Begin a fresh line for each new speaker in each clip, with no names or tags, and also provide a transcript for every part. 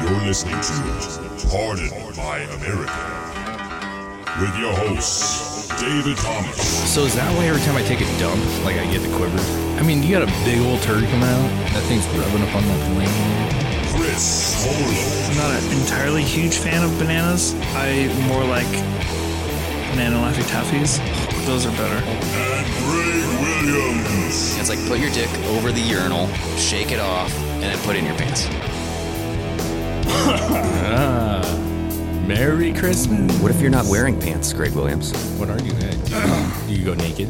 You're listening to Pardon by America with your hosts, David Thomas.
So is that why every time I take a dump, like I get the quiver? I mean, you got a big old turd coming out. That thing's rubbing up on that leg.
Chris Solo,
I'm not an entirely huge fan of bananas. I more like banana Laffy Taffies. Those are better.
and Greg Williams.
It's like put your dick over the urinal, shake it off, and then put it in your pants.
Merry Christmas.
What if you're not wearing pants, Greg Williams?
What are you next? you go naked?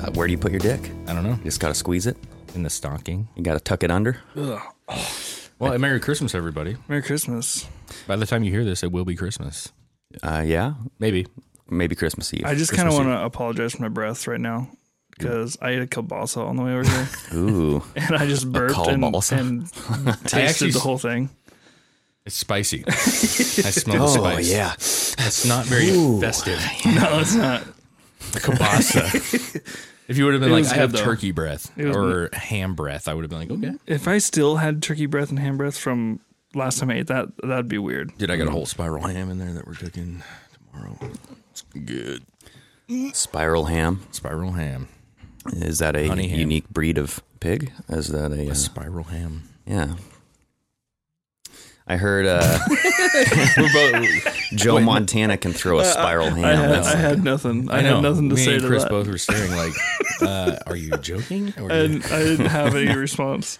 Uh, where do you put your dick? You
I don't know.
just gotta squeeze it.
In the stocking.
You gotta tuck it under.
Well, Merry Christmas, everybody.
Merry Christmas.
By the time you hear this, it will be Christmas.
Uh, yeah,
Maybe.
maybe Christmas Eve.
I just kind of
Christmas
want to apologize for my breath right now because I ate a kielbasa on the way over here
Ooh,
and I just burped and,
kielbasa?
and tasted
actually-
the whole thing.
It's spicy. I smell the
oh
spice.
yeah.
It's not very festive.
No, it's not.
Kielbasa. if you would have been like,
was
I have
good, though.
turkey breath
was-
or ham breath, I would have been like, okay.
If I still had turkey breath and ham breath from last time I ate that, that'd be weird.
Dude, I got a whole spiral ham in there that we're cooking tomorrow. It's good.
Spiral ham.
Spiral ham.
Is that a
Honey ham.
unique breed of pig? Is that a uh,
Spiral ham.
yeah? I heard uh,
We're both.
Joe Montana can throw a spiral ham.
I had,
That's-
I had nothing. I, had nothing to
Me
say
and
to
Chris
that.
both were staring like, uh, "Are you joking?" Or
I, didn't, I didn't have any response.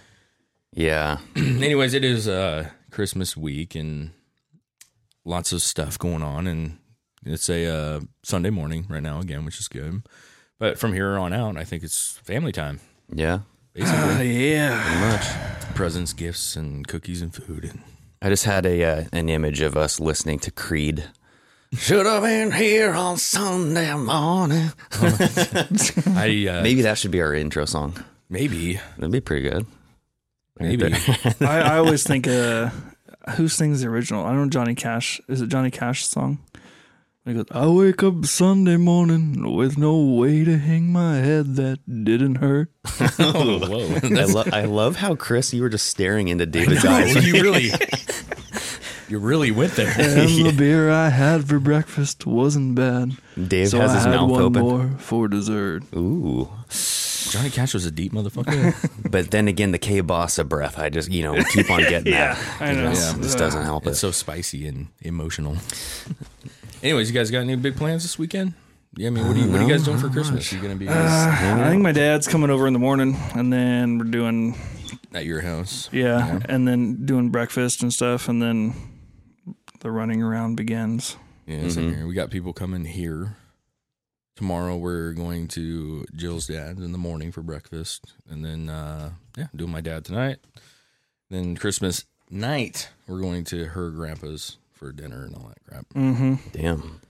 yeah,
anyways, it is uh, Christmas week and lots of stuff going on, and it's a uh, Sunday morning right now again, which is good. But from here on out, I think it's family time.
yeah.
Basically,
yeah.
Much.
presents, gifts, and cookies and food. And
I just had a uh, an image of us listening to Creed. Should have been here on Sunday morning.
I uh,
Maybe that should be our intro song.
maybe
That'd be pretty good.
maybe
I, I always think uh, who sings the original? I don't know Johnny Cash. Is it Johnny Cash's song? He goes, I wake up Sunday morning with no way to hang my head that didn't hurt.
Oh, whoa.
I, lo- I love how Chris, you were just staring into David's eyes.
you really, you really went there.
And the beer I had for breakfast wasn't bad.
Dave
so
has
I
his
had
mouth
one
open.
more for dessert.
Ooh.
Johnny Cash was a deep motherfucker.
But then again, the kielbasa breath. I just, you know, we keep on getting that.
I know.
This, this doesn't help
It's
it.
Oh, so spicy and emotional. Anyways, you guys got any big plans this weekend? Yeah, I mean, what are you, what are you guys doing for Christmas? You gonna be guys
I think my dad's coming over in the morning, and then we're doing
at your house?
yeah, and then doing breakfast and stuff, and then the running around begins.
Yeah, same here. We got people coming here tomorrow. We're going to Jill's dad in the morning for breakfast, and then uh, yeah, doing my dad tonight. Then Christmas night, we're going to her grandpa's for dinner and all that crap.
Damn.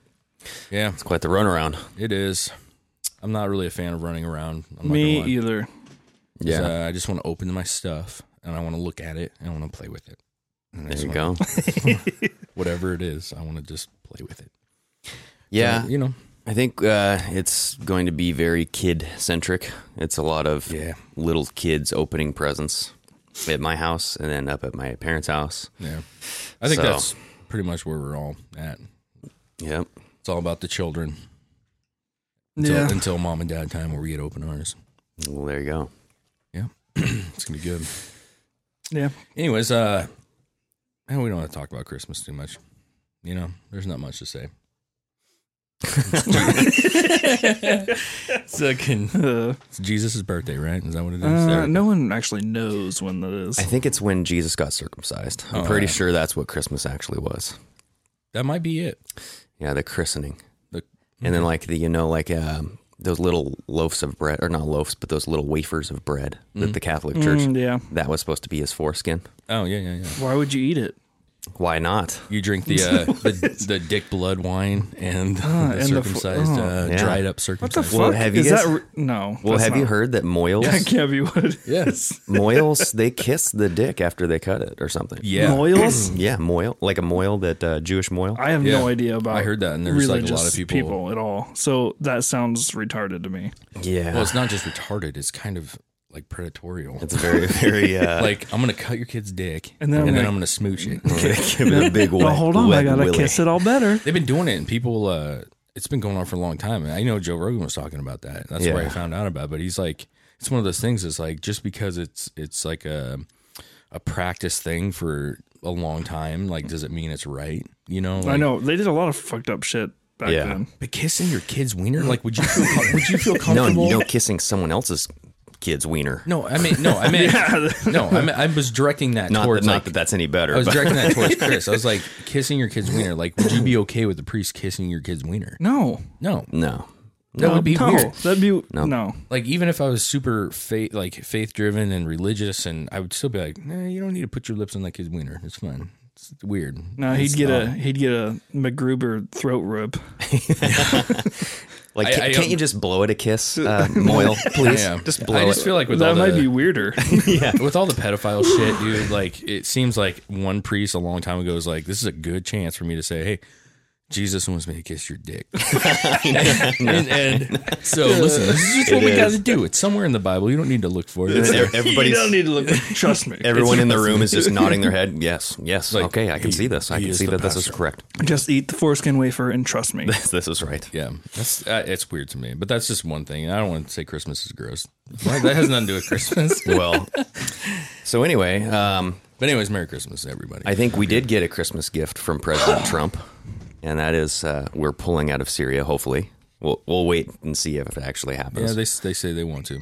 Yeah,
It's quite the runaround.
it is. I'm not really a fan of running around. I'm not
Me
gonna lie.
either.
Yeah. uh, I just want to open my stuff and I want to look at it and I want to play with it. And I
There
just
you
wanna-
go.
Whatever it is, I want to just play with it.
Yeah.
So, you know,
I think uh, it's going to be very kid centric. It's a lot of
Yeah.
little kids opening presents at my house and then up at my parents' house.
yeah. I think
So-
that's pretty much where we're all at.
Yep.
It's all about the children until,
Yeah.
until mom and dad time where we get to open ours.
Well, there you go.
Yeah. it's going to be good.
Yeah.
Anyways, uh, man, we don't want to talk about Christmas too much. You know, there's not much to say. so can,
Uh,
it's Jesus' birthday, right? Is that what it is?
uh, no one actually knows when that is.
I think it's when Jesus got circumcised. I'm
Oh,
pretty
yeah.
sure that's what Christmas actually was.
That might be it.
Yeah, the christening.
The-
And then like the you know like um, those little loaves of bread, or not loaves, but those little wafers of bread that the Catholic Church,
Mm, yeah.
that was supposed to be his foreskin.
Oh yeah, yeah, yeah.
Why would you eat it?
Why not?
You drink the uh, the, the dick blood wine and the
Ah, and the fu-
circumcised, uh,
Yeah.
dried up
What
circumcised.
the
Well,
fuck?
have you
Is
guys-
that re- no?
Well,
that's
have you
not-
heard that Moyles,
I can't be what.
Yes.
Moyles, they kiss the dick after they cut it or something.
Yeah.
Moyles?
Yeah, moil, like a moil that uh, Jewish moil.
I have
Yeah.
no idea about.
I heard that, and there's, like, a lot of
religious
people-
at all. So that sounds retarded to me.
yeah,
Well, it's not just retarded. It's kind of like predatorial.
it's very, very uh,
Like I'm gonna cut your kid's dick, and
And
then,
then I'm
I'm
gonna-
gonna smooch it.
give it a big wet.
Well, hold on, I
wet
gotta
willy.
kiss it all better.
They've been doing it, and people. Uh, it's been going on for a long time. And I know Joe Rogan was talking about that. That's where I
Yeah.
found out about. it. But he's like, it's one of those things. It's like just because it's it's like a a practice thing for a long time. Like, does it mean it's right? You know.
I
Like,
know they did a lot of fucked up shit back
Yeah.
then.
But kissing your kid's wiener, like, would you feel com- would you feel
No,
comfortable?
no, kissing someone else's kid's wiener.
No, I mean, no, I meant, no, I, meant, I was directing that
Not,
towards
that, not
like
that that's any better.
I was
but-
directing that towards Chris. I was like, kissing your kid's wiener. Like, would you be okay with the priest kissing your kid's wiener?
No,
No,
no,
that would be
no,
weird.
That'd be no.
Like, even if I was super faith, like faith driven and religious, and I would still be like, nah, you don't need to put your lips on that kid's wiener. It's fine. It's weird.
No, he'd get a he'd get a MacGruber throat rip.
like
I-
can,
I,
not
um,
you just blow it a kiss, uh, Moyle? Please,
Yeah,
just blow
I just
it.
feel like with all
That might
the,
be weirder.
with all the pedophile shit, dude, like it seems like one priest a long time ago was like, "This is a good chance for me to say, hey, Jesus wants me to kiss your dick." and, and so, listen, this is just what we
It
got
is.
to do. It's somewhere in the Bible. You don't need to look for it.
Ev-
you
Everybody's,
don't need to look. Trust me.
everyone in the room is just nodding their head. Yes, yes.
Like,
okay, I can
he-
see this. I
he
can
is
see
the
that this is
pastor.
correct.
Just eat the foreskin wafer and trust me.
this is right.
yeah, that's uh, it's weird to me, but that's just one thing. I don't want to say Christmas is gross. Like, that has nothing to do with Christmas.
Well, so anyway, um,
But anyways, Merry Christmas, everybody.
I think we did get a Christmas gift from President Trump, and that is uh, we're pulling out of Syria. Hopefully, we'll we'll wait and see if it actually
yeah,
happens.
they they say they want to.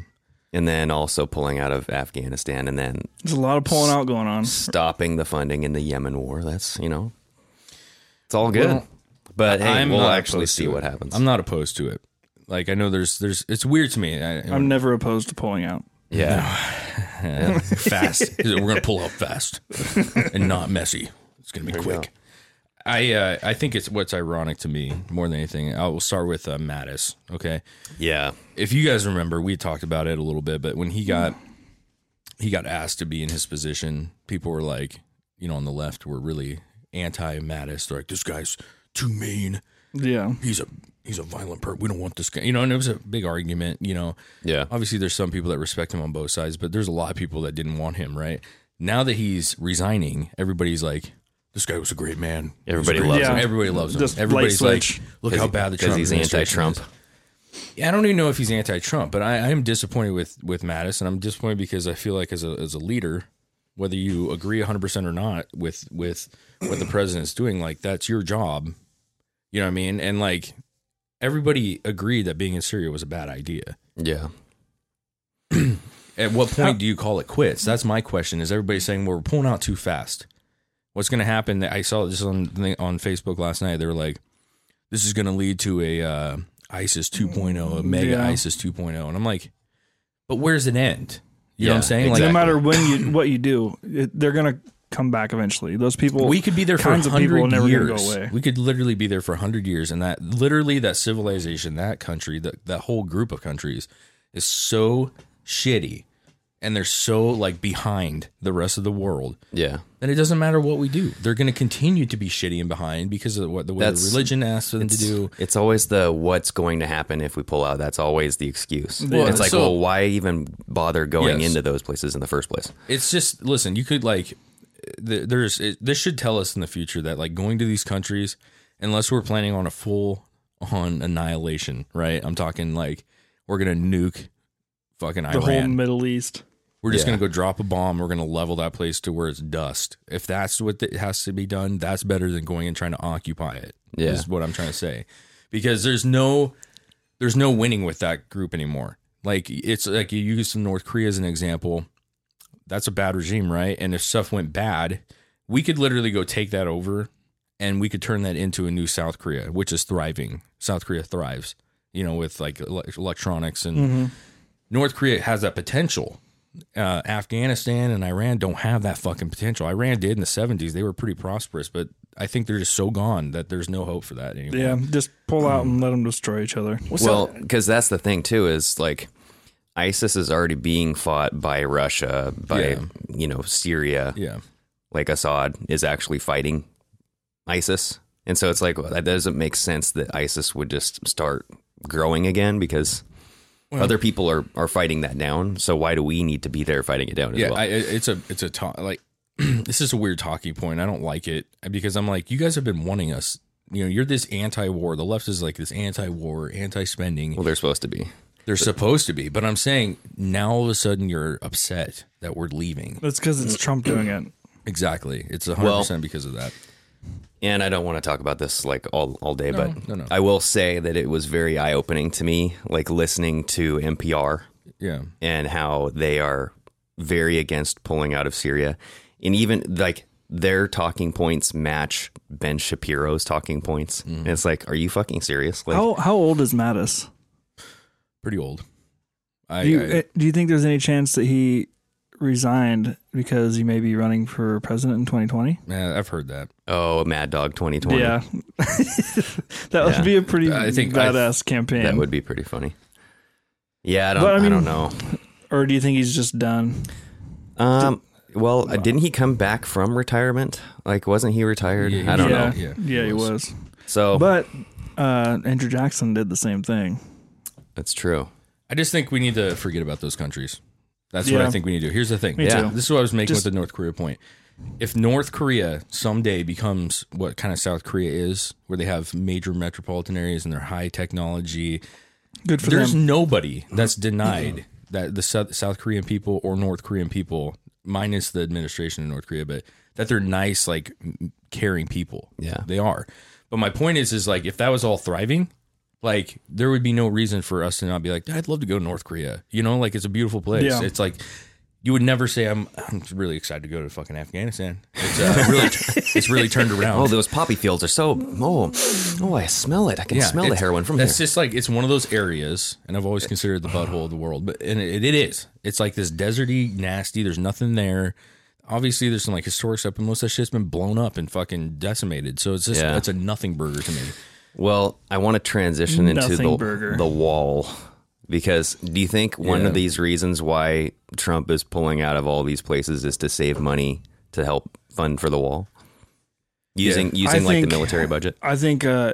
and then also pulling out of Afghanistan, and then
There's a lot of pulling out going on.
stopping the funding in the Yemen war. That's you know, it's all good.
Well,
but hey, we'll
not
actually
opposed
see
to
what
it.
happens.
I'm not opposed to it. Like I know there's there's it's weird to me. I,
I'm never opposed to pulling out.
yeah,
fast. We're gonna pull out fast and not messy. It's gonna be quick. I uh, I think it's what's ironic to me more than anything. I will start with uh, Mattis. Okay,
yeah,
if you guys remember, we talked about it a little bit, but when he got he got asked to be in his position, people were like, you know, on the left were really anti Mattis. They're like, this guy's too mean.
Yeah.
He's a he's a violent person. We don't want this guy. You know, and it was a big argument. You know,
yeah.
Obviously, there's some people that respect him on both sides, but there's a lot of people that didn't want him, right? Now that he's resigning, everybody's like, this guy was a great man. He was a
Everybody
great
loves
man.
him.
Everybody loves him.
Just light
Everybody's like,
switch.
look how bad the
because
Trump
he's
administration is."
anti-Trump.
Yeah, I don't even know if he's anti-Trump, but I, I am disappointed with with Mattis, and I'm disappointed because I feel like as a as a leader, whether you agree 100 percent or not with with what the president's doing, like that's your job. You know what I mean? And like everybody agreed that being in Syria was a bad idea.
Yeah,
At what
Oh.
point do you call it quits? That's my question. Is everybody saying well, we're pulling out too fast? What's going to happen? I saw this on on Facebook last night. They were like, "This is going to lead to a uh, ISIS 2.0, a mega
Mm, Yeah.
ISIS 2.0," and I'm like, "But where's it end?" You know what I'm
Yeah,
saying?
No
exactly.
matter when you what you do, it, they're gonna come back eventually. Those people.
Like, we could be there for
kinds of people are
hundred
never gonna go
years.
away.
We could literally be there for hundred years, and that literally that civilization, that country, that that whole group of countries is so shitty, and they're so like behind the rest of the world.
yeah.
then it doesn't matter what we do. They're going to continue to be shitty and behind because of what the way
That's-
the religion asks them to do.
It's always the what's going to happen if we pull out. That's always the excuse.
Well,
it's like,
so-
well, why even bother going
Yes.
into those places in the first place?
It's just listen. You could like th- there's it, this should tell us in the future that like going to these countries, unless we're planning on a full on annihilation, right? I'm talking like we're going to nuke fucking
the whole
Iran.
Middle East.
we're just going to go drop a bomb. We're going to level that place to where it's dust. If that's what th- has to be done, that's better than going and trying to occupy it.
Yeah.
Is what I'm trying to say. Because there's no there's no winning with that group anymore. Like it's like you use North Korea as an example. That's a bad regime, right? And if stuff went bad, we could literally go take that over and we could turn that into a new South Korea, which is thriving. South Korea thrives. you know, with like ele- electronics and North Korea has that potential. Uh, Afghanistan and Iran don't have that fucking potential. Iran did in the 70s. They were pretty prosperous, but I think they're just so gone that there's no hope for that anymore.
Yeah, just pull out and let them destroy each other.
well, because that's the thing too is like ISIS is already being fought by Russia, by
Yeah.
you know Syria.
Yeah.
Like Assad is actually fighting ISIS, and so it's like well, that doesn't make sense that ISIS would just start growing again because other people are are fighting that down. So why do we need to be there fighting it down as
yeah,
well?
I, I- it's a it's a to- like this is a weird talking point. I don't like it because I'm like, you guys have been wanting us. You know, you're this anti-war. The left is like this anti-war, anti-spending.
well, they're supposed to be.
They're supposed to be, but I'm saying now all of a sudden you're upset that we're leaving.
That's because it's Trump doing it.
Exactly, it's 100 percent because of that.
and I don't want to talk about this like all all day, but
no, no.
I will say that it was very eye opening to me, like listening to NPR
Yeah,
and how they are very against pulling out of Syria, and even like their talking points match Ben Shapiro's talking points. And it's like, are you fucking serious? Like,
Mm. How how old is Mattis?
pretty old. I,
Do you,
I-
eh, do you think there's any chance that he resigned because he may be running for president in 2020?
man, I've heard that.
oh, Mad Dog twenty twenty.
Yeah, that would be a pretty
I think I-
badass campaign.
that would be pretty funny. Yeah, I don't,
But, I
I,
mean-
don't know.
Or do you think he's just done?
Um, well, didn't he come back from retirement? Like, wasn't he retired?
Yeah, he
I don't
yeah.
know.
Yeah,
Yeah,
he
he
was.
was.
So
But uh, Andrew Jackson did the same thing.
that's true.
I just think we need to forget about those countries. That's what
Yeah.
I think we need to do. Here's the thing.
Me
Yeah.
too.
This is what I was making
Just-
with the North Korea point. If North Korea someday becomes what kind of South Korea is, where they have major metropolitan areas and they're high technology,
Good for
there's
them.
nobody that's denied that the South, South Korean people or North Korean people, minus the administration in North Korea, but that they're nice, like m- caring people.
Yeah.
they are. But my point is, is like if that was all thriving, like there would be no reason for us to not be like, I'd love to go to North Korea. You know, like it's a beautiful place.
Yeah.
It's like. You would never say I'm. I'm really excited to go to fucking Afghanistan. It's uh, really, it's really turned around.
Oh, those poppy fields are so. Oh, oh, I smell it. I can smell the
it's-
heroin from here.
That's just like it's one of those areas, and I've always considered the butthole of the world, but and it, it is. It's like this deserty, nasty. There's nothing there. Obviously, there's some like historic stuff, but most of that shit's been blown up and fucking decimated. So it's just
Yeah.
it's a nothing burger to me.
well, I want to transition into
Nothing
the
burger.
the wall because do you think one
Yeah.
of these reasons why Trump is pulling out of all these places is to save money to help fund for the wall? Using using
I
like
think-
the military budget.
I think uh,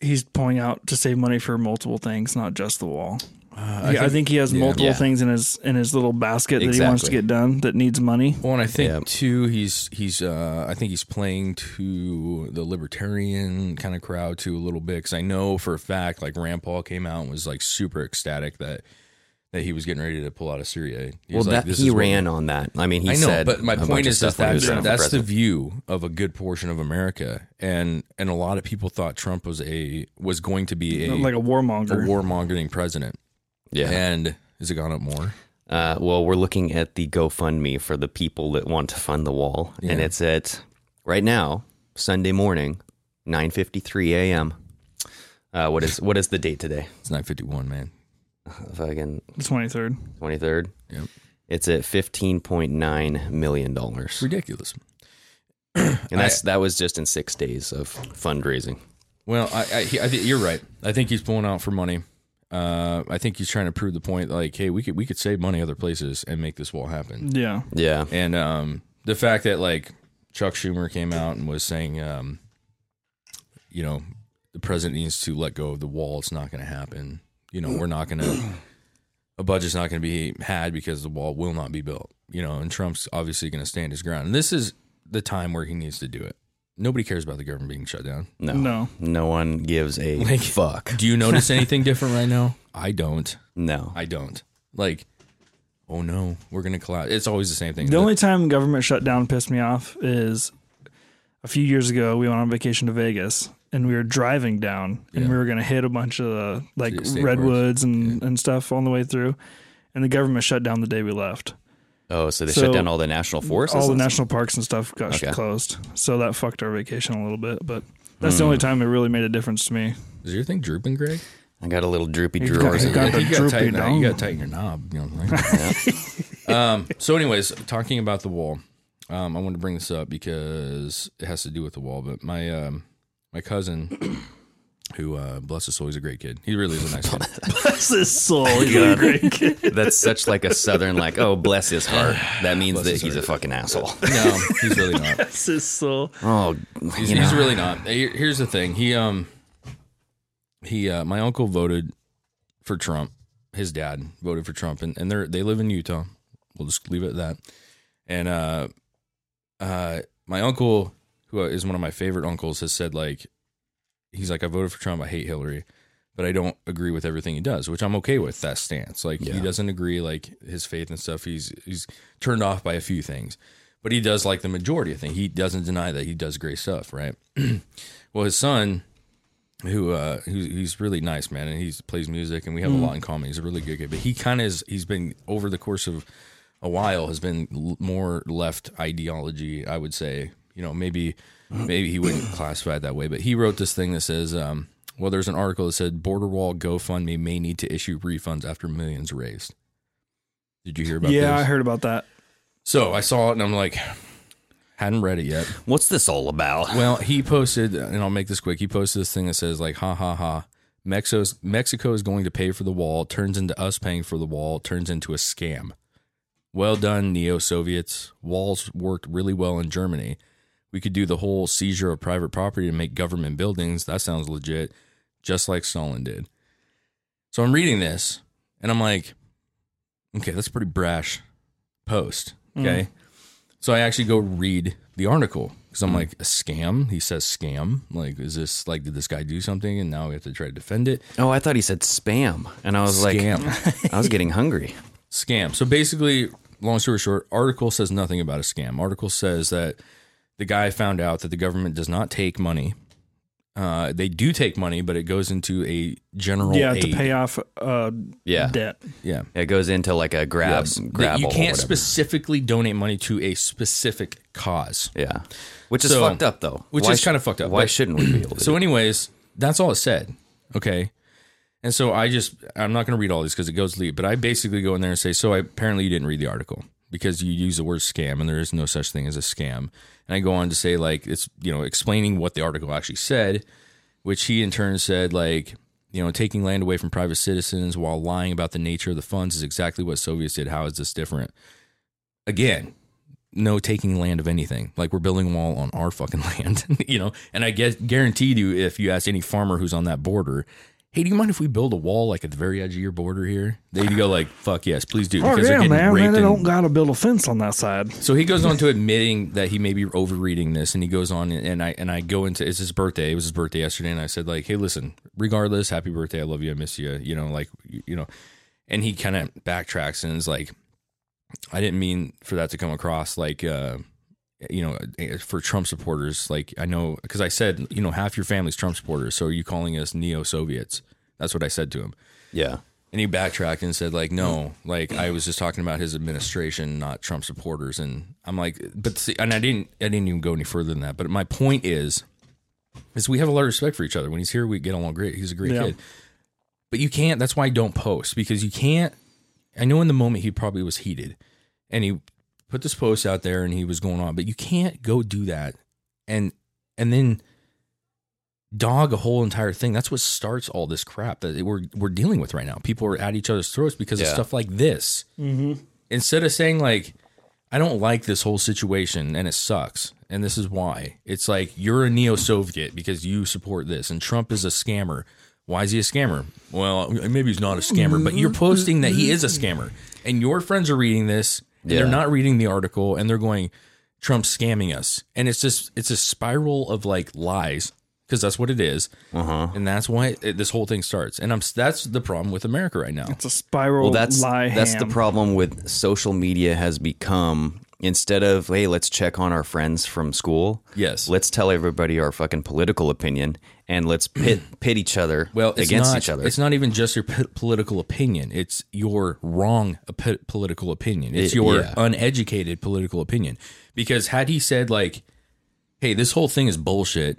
he's pulling out to save money for multiple things, not just the wall. I, think, I think he has multiple
Yeah.
things in his in his little basket that he wants to
Exactly.
get done that needs money.
Well, and I think
Yeah.
too, he's he's uh, I think he's playing to the libertarian kind of crowd too a little bit because I know for a fact like Rand Paul came out and was like super ecstatic that that he was getting ready to pull out of Syria. He
Well,
was like,
that
"This
he
is what-
ran on that. I mean, he
I know,
said.
but my
a
point
bunch of
is that
stuff when he was
that's,
running for
that's the
president.
view of a good portion of America, and and a lot of people thought Trump was a was going to be a,
Like a
a
warmonger.
warmongering president,
Yeah.
and has it gone up more?
Uh, well, we're looking at the GoFundMe for the people that want to fund the wall, and it's at right now Sunday morning, nine fifty three a.m. Uh, what is what is the date today?
It's nine fifty one, man.
Fucking
the 23rd.
twenty third.
Yep.
It's at fifteen point nine million dollars,
Ridiculous.
and that's that was just in six days of fundraising.
Well, I, I, he- I think you're right. I think he's pulling out for money. Uh, I think he's trying to prove the point, like, hey, we could we could save money other places and make this wall happen.
Yeah.
Yeah,
And um, the fact that like Chuck Schumer came out and was saying, um, you know, the president needs to let go of the wall. It's not going to happen. You know, we're not going to. A budget's not going to be had because the wall will not be built. You know, and Trump's obviously going to stand his ground. And this is the time where he needs to do it. Nobody cares about the government being shut down.
no,
No.
no one gives a
Like-
fuck.
Do you notice anything different right now? I don't.
No,
I don't. Like, oh no, we're gonna collapse. It's always the same thing.
The only time government shutdown pissed me off is a few years ago. We went on vacation to Vegas and we were driving down and we were going to hit a bunch of the, like
State forest.
redwoods and, and stuff on the way through. And the government shut down the day we left.
oh, so they
So-
shut down all the national forests.
All the national parks and stuff got
Okay.
closed. So that
Hmm.
fucked our vacation a little bit. But that's the only time it really made a difference to me.
is your thing drooping, Greg?
I got a little droopy
You got-
drawers.
you
in
got
there.
the
you gotta
droopy
tighten that- you
dong.
gotta tighten your knob. You know what I'm saying? um, so, anyways, talking about the wall, um, I wanted to bring this up because it has to do with the wall. But my um, my cousin, who uh, bless his soul, he's a great kid. He really is a nice kid.
Bless his soul. He's a great kid.
That's such like a southern like, oh bless his heart. That means that
his
he's a fucking asshole.
No, he's really not.
Bless his soul.
Oh,
He's,
you know,
he's really not. Here- Here's the thing. He um, he uh, my uncle voted for Trump. His dad voted for Trump, and and they they live in Utah. We'll just leave it at that. And uh, uh, my uncle, who is one of my favorite uncles, has said like, he's like, I voted for Trump. I hate Hillary, but I don't agree with everything he does, which I'm okay with that stance. Like he doesn't agree, like his faith and stuff. He's he's turned off by a few things, but he does like the majority of things. He doesn't deny that he does great stuff, right? well, his son. Who uh, who's he's really nice, man, and he plays music, and we have a lot in common. He's a really good kid, but he kind of is. He's been over the course of a while has been l- more left ideology. I would say, you know, maybe maybe he wouldn't classify it that way, but he wrote this thing that says, um, well, there's an article that said border wall GoFundMe may need to issue refunds after millions raised. Did you hear about
Yeah,
this?
I heard about that.
So I saw it and I'm like, hadn't read it yet.
what's this all about?
Well, he posted, and I'll make this quick. He posted this thing that says like, "Ha ha ha." Mexico's, Mexico is going to pay for the wall. Turns into us paying for the wall. Turns into a scam. Well done, neo Soviets. Walls worked really well in Germany. We could do the whole seizure of private property to make government buildings. That sounds legit, just like Stalin did. So I'm reading this, and I'm like, okay, that's a pretty brash post. Okay, so I actually go read the article because I'm like, a scam? He says scam. Like, is this like, did this guy do something? And now we have to try to defend it.
Oh, I thought he said spam, and I was
Scam.
like, I was getting hungry.
Scam. So basically, long story short, article says nothing about a scam. Article says that the guy found out that the government does not take money. Uh, they do take money, but it goes into a general
Yeah, to
aid.
pay off uh,
Yeah,
debt.
Yeah.
it goes into like a grab,
Yes. That
grab.
you
hole or
can't
whatever.
specifically donate money to a specific cause.
Yeah, which is
So-
fucked up though.
which
Why
is
sh-
kinda fucked up,
Why
but-
shouldn't we be able to?
So,
do
anyways, that's all it said. Okay. And so I just, I'm not going to read all these because it goes deep, but I basically go in there and say, so I, apparently you didn't read the article because you use the word scam and there is no such thing as a scam. And I go on to say, like, it's, you know, explaining what the article actually said, which he in turn said, like, you know, taking land away from private citizens while lying about the nature of the funds is exactly what Soviets did. How is this different? Again, no taking land of anything. Like we're building a wall on our fucking land, you know. And I guess guaranteed you, if you asked any farmer who's on that border, hey, do you mind if we build a wall like at the very edge of your border here? They'd go like, fuck yes, please do.
Oh,
they're
yeah,
getting
man.
raped
man they
and-
don't got to build a fence on that side.
so he goes on to admitting that he may be overreading this, and he goes on and I and I go into it's his birthday. It was his birthday yesterday, and I said like, "Hey, listen, regardless, happy birthday. I love you. I miss you. You know, like you you know." And he kind of backtracks and is like, "I didn't mean for that to come across like." uh you know, eh, for Trump supporters, like I know, because I said, you know, half your family's Trump supporters. So are you calling us neo Soviets? That's what I said to him.
it? Yeah,
And he backtracked and said, like, no, like I was just talking about his administration, not Trump supporters. And I'm like, but see, and I didn't, I didn't even go any further than that. But my point is, is we have a lot of respect for each other. When he's here, we get along great. He's a great
Yeah.
kid. But you can't. That's why I don't post because you can't. I know in the moment he probably was heated, and he put this post out there and he was going on. But you can't go do that and and then dog a whole entire thing. That's what starts all this crap that we're we're dealing with right now. People are at each other's throats because of
Yeah.
stuff like this. Instead of saying like, I don't like this whole situation and it sucks. And this is why. It's like you're a neo Soviet because you support this. And Trump is a scammer. Why is he a scammer? Well, maybe he's not a scammer, but you're posting that he is a scammer. And your friends are reading this. And They're
Yeah.
not reading the article and they're going, Trump's scamming us. And it's just, it's a spiral of like lies because that's what it is. And that's why it, this whole thing starts. And I'm, s- that's the problem with America right now.
It's a spiral
well that's
lie.
that's
ham.
the problem with social media has become instead of hey let's check on our friends from school
Yes.
let's tell everybody our fucking political opinion and let's pit pit each other
well it's
against
not,
each other
It's not even just your p- political opinion; it's your wrong p- political opinion. It's
It-
your
yeah.
uneducated political opinion. Because had he said like, "Hey, this whole thing is bullshit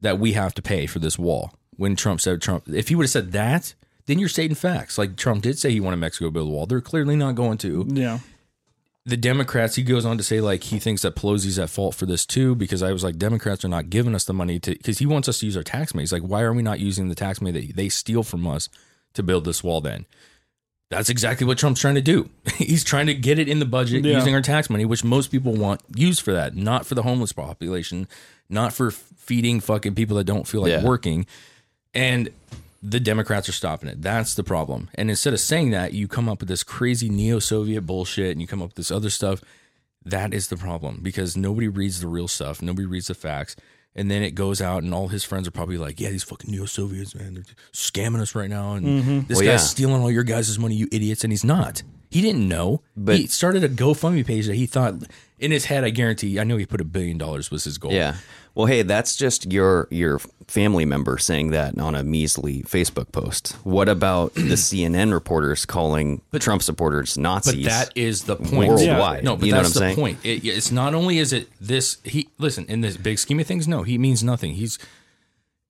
that we have to pay for this wall," when Trump said Trump, if he would have said that, then you're stating facts. Like Trump did say he wanted Mexico to build a wall. They're clearly not going to.
Yeah.
The Democrats, he goes on to say, like, he thinks that Pelosi's at fault for this too, because I was like, Democrats are not giving us the money to, because he wants us to use our tax money. He's like, why are we not using the tax money that they steal from us to build this wall then? That's exactly what Trump's trying to do. He's trying to get it in the budget
Yeah.
using our tax money, which most people want used for that, not for the homeless population, not for f- feeding fucking people that don't feel like
Yeah.
working. And the Democrats are stopping it. That's the problem. And instead of saying that, you come up with this crazy neo Soviet bullshit and you come up with this other stuff. That is the problem because nobody reads the real stuff, nobody reads the facts. And then it goes out, and all his friends are probably like, "Yeah, these fucking neo Soviets, man, they're scamming us right now, and this guy's
Well, yeah.
stealing all your guys' money, you idiots." And he's not. He didn't know.
But-
he started a GoFundMe page that he thought in his head. I guarantee. I know he put a billion dollars was his goal.
Yeah. Well, hey, that's just your your family member saying that on a measly Facebook post. What about the CNN reporters calling Trump supporters
But
Nazis?
that is the point.
worldwide.
No, but
you know
that's
what I'm
the
saying?
point. It, it's not only is it this. He listen in this big scheme of things. No, he means nothing. He's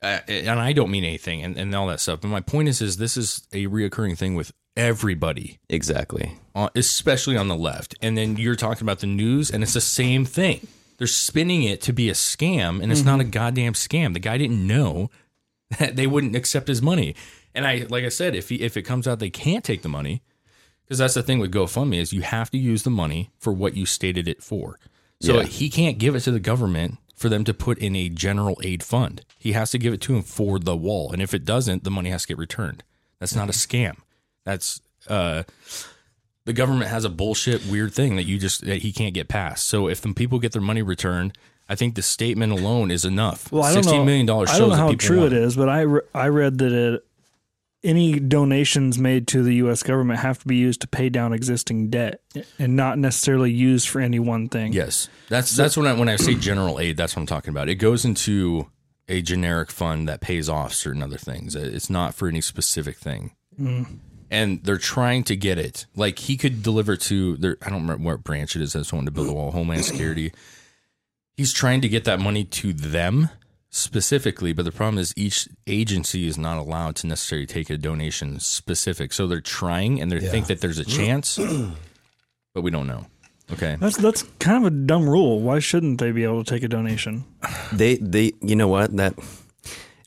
uh, and I don't mean anything and, and all that stuff. But my point is, is this is a reoccurring thing with everybody,
Exactly.
uh, especially on the left. And then you're talking about the news, and it's the same thing. They're spinning it to be a scam, and it's not a goddamn scam. The guy didn't know that they wouldn't accept his money. And I, like I said, if he, if it comes out they can't take the money, because that's the thing with GoFundMe is you have to use the money for what you stated it for. So
Yeah.
he can't give it to the government for them to put in a general aid fund. He has to give it to him for the wall, and if it doesn't, the money has to get returned. That's not a scam. That's uh, the government has a bullshit weird thing that you just that he can't get past. So if the people get their money returned. I think the statement alone is enough.
Well, I don't know.
Sixteen million dollars.
I don't know how true it is, but I re- I read that it, any donations made to the U.S. government have to be used to pay down existing debt and not necessarily used for any one thing.
Yes, that's that's when I when I say general aid, that's what I'm talking about. It goes into a generic fund that pays off certain other things. It's not for any specific thing. And they're trying to get it. Like he could deliver to their I don't remember what branch it is that's wanting to build a wall, Homeland Security. He's trying to get that money to them specifically, but the problem is each agency is not allowed to necessarily take a donation specific. So they're trying and they think that there's a chance, but we don't know. Okay.
That's that's kind of a dumb rule. Why shouldn't they be able to take a donation?
They they you know what that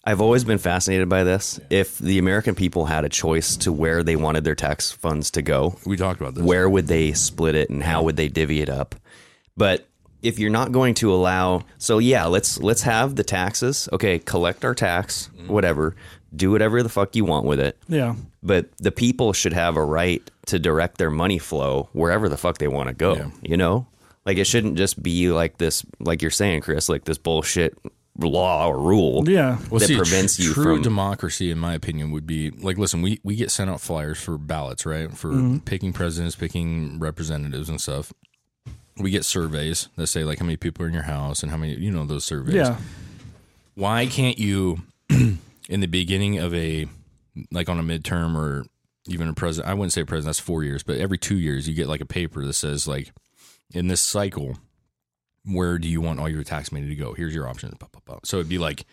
I've always been fascinated by this. If the American people had a choice to where they wanted their tax funds to go,
We talked about this.
where would they split it and how would they divvy it up but if you're not going to allow so yeah let's let's have the taxes okay collect our tax whatever do whatever the fuck you want with it
Yeah.
but the people should have a right to direct their money flow wherever the fuck they want to go you know like it shouldn't just be like this like you're saying chris like this bullshit law or rule
Yeah.
that
see, a
prevents
tr-
you
true
from
democracy, in my opinion, would be like listen, we we get sent out flyers for ballots, right? For
Mm-hmm.
picking presidents, picking representatives and stuff. We get surveys that say like how many people are in your house and how many you know those surveys.
Yeah.
Why can't you in the beginning of a like on a midterm or even a president I wouldn't say president, that's four years, but every two years you get like a paper that says like in this cycle, where do you want all your tax money to go? Here's your options. Blah, blah, blah. So it'd be like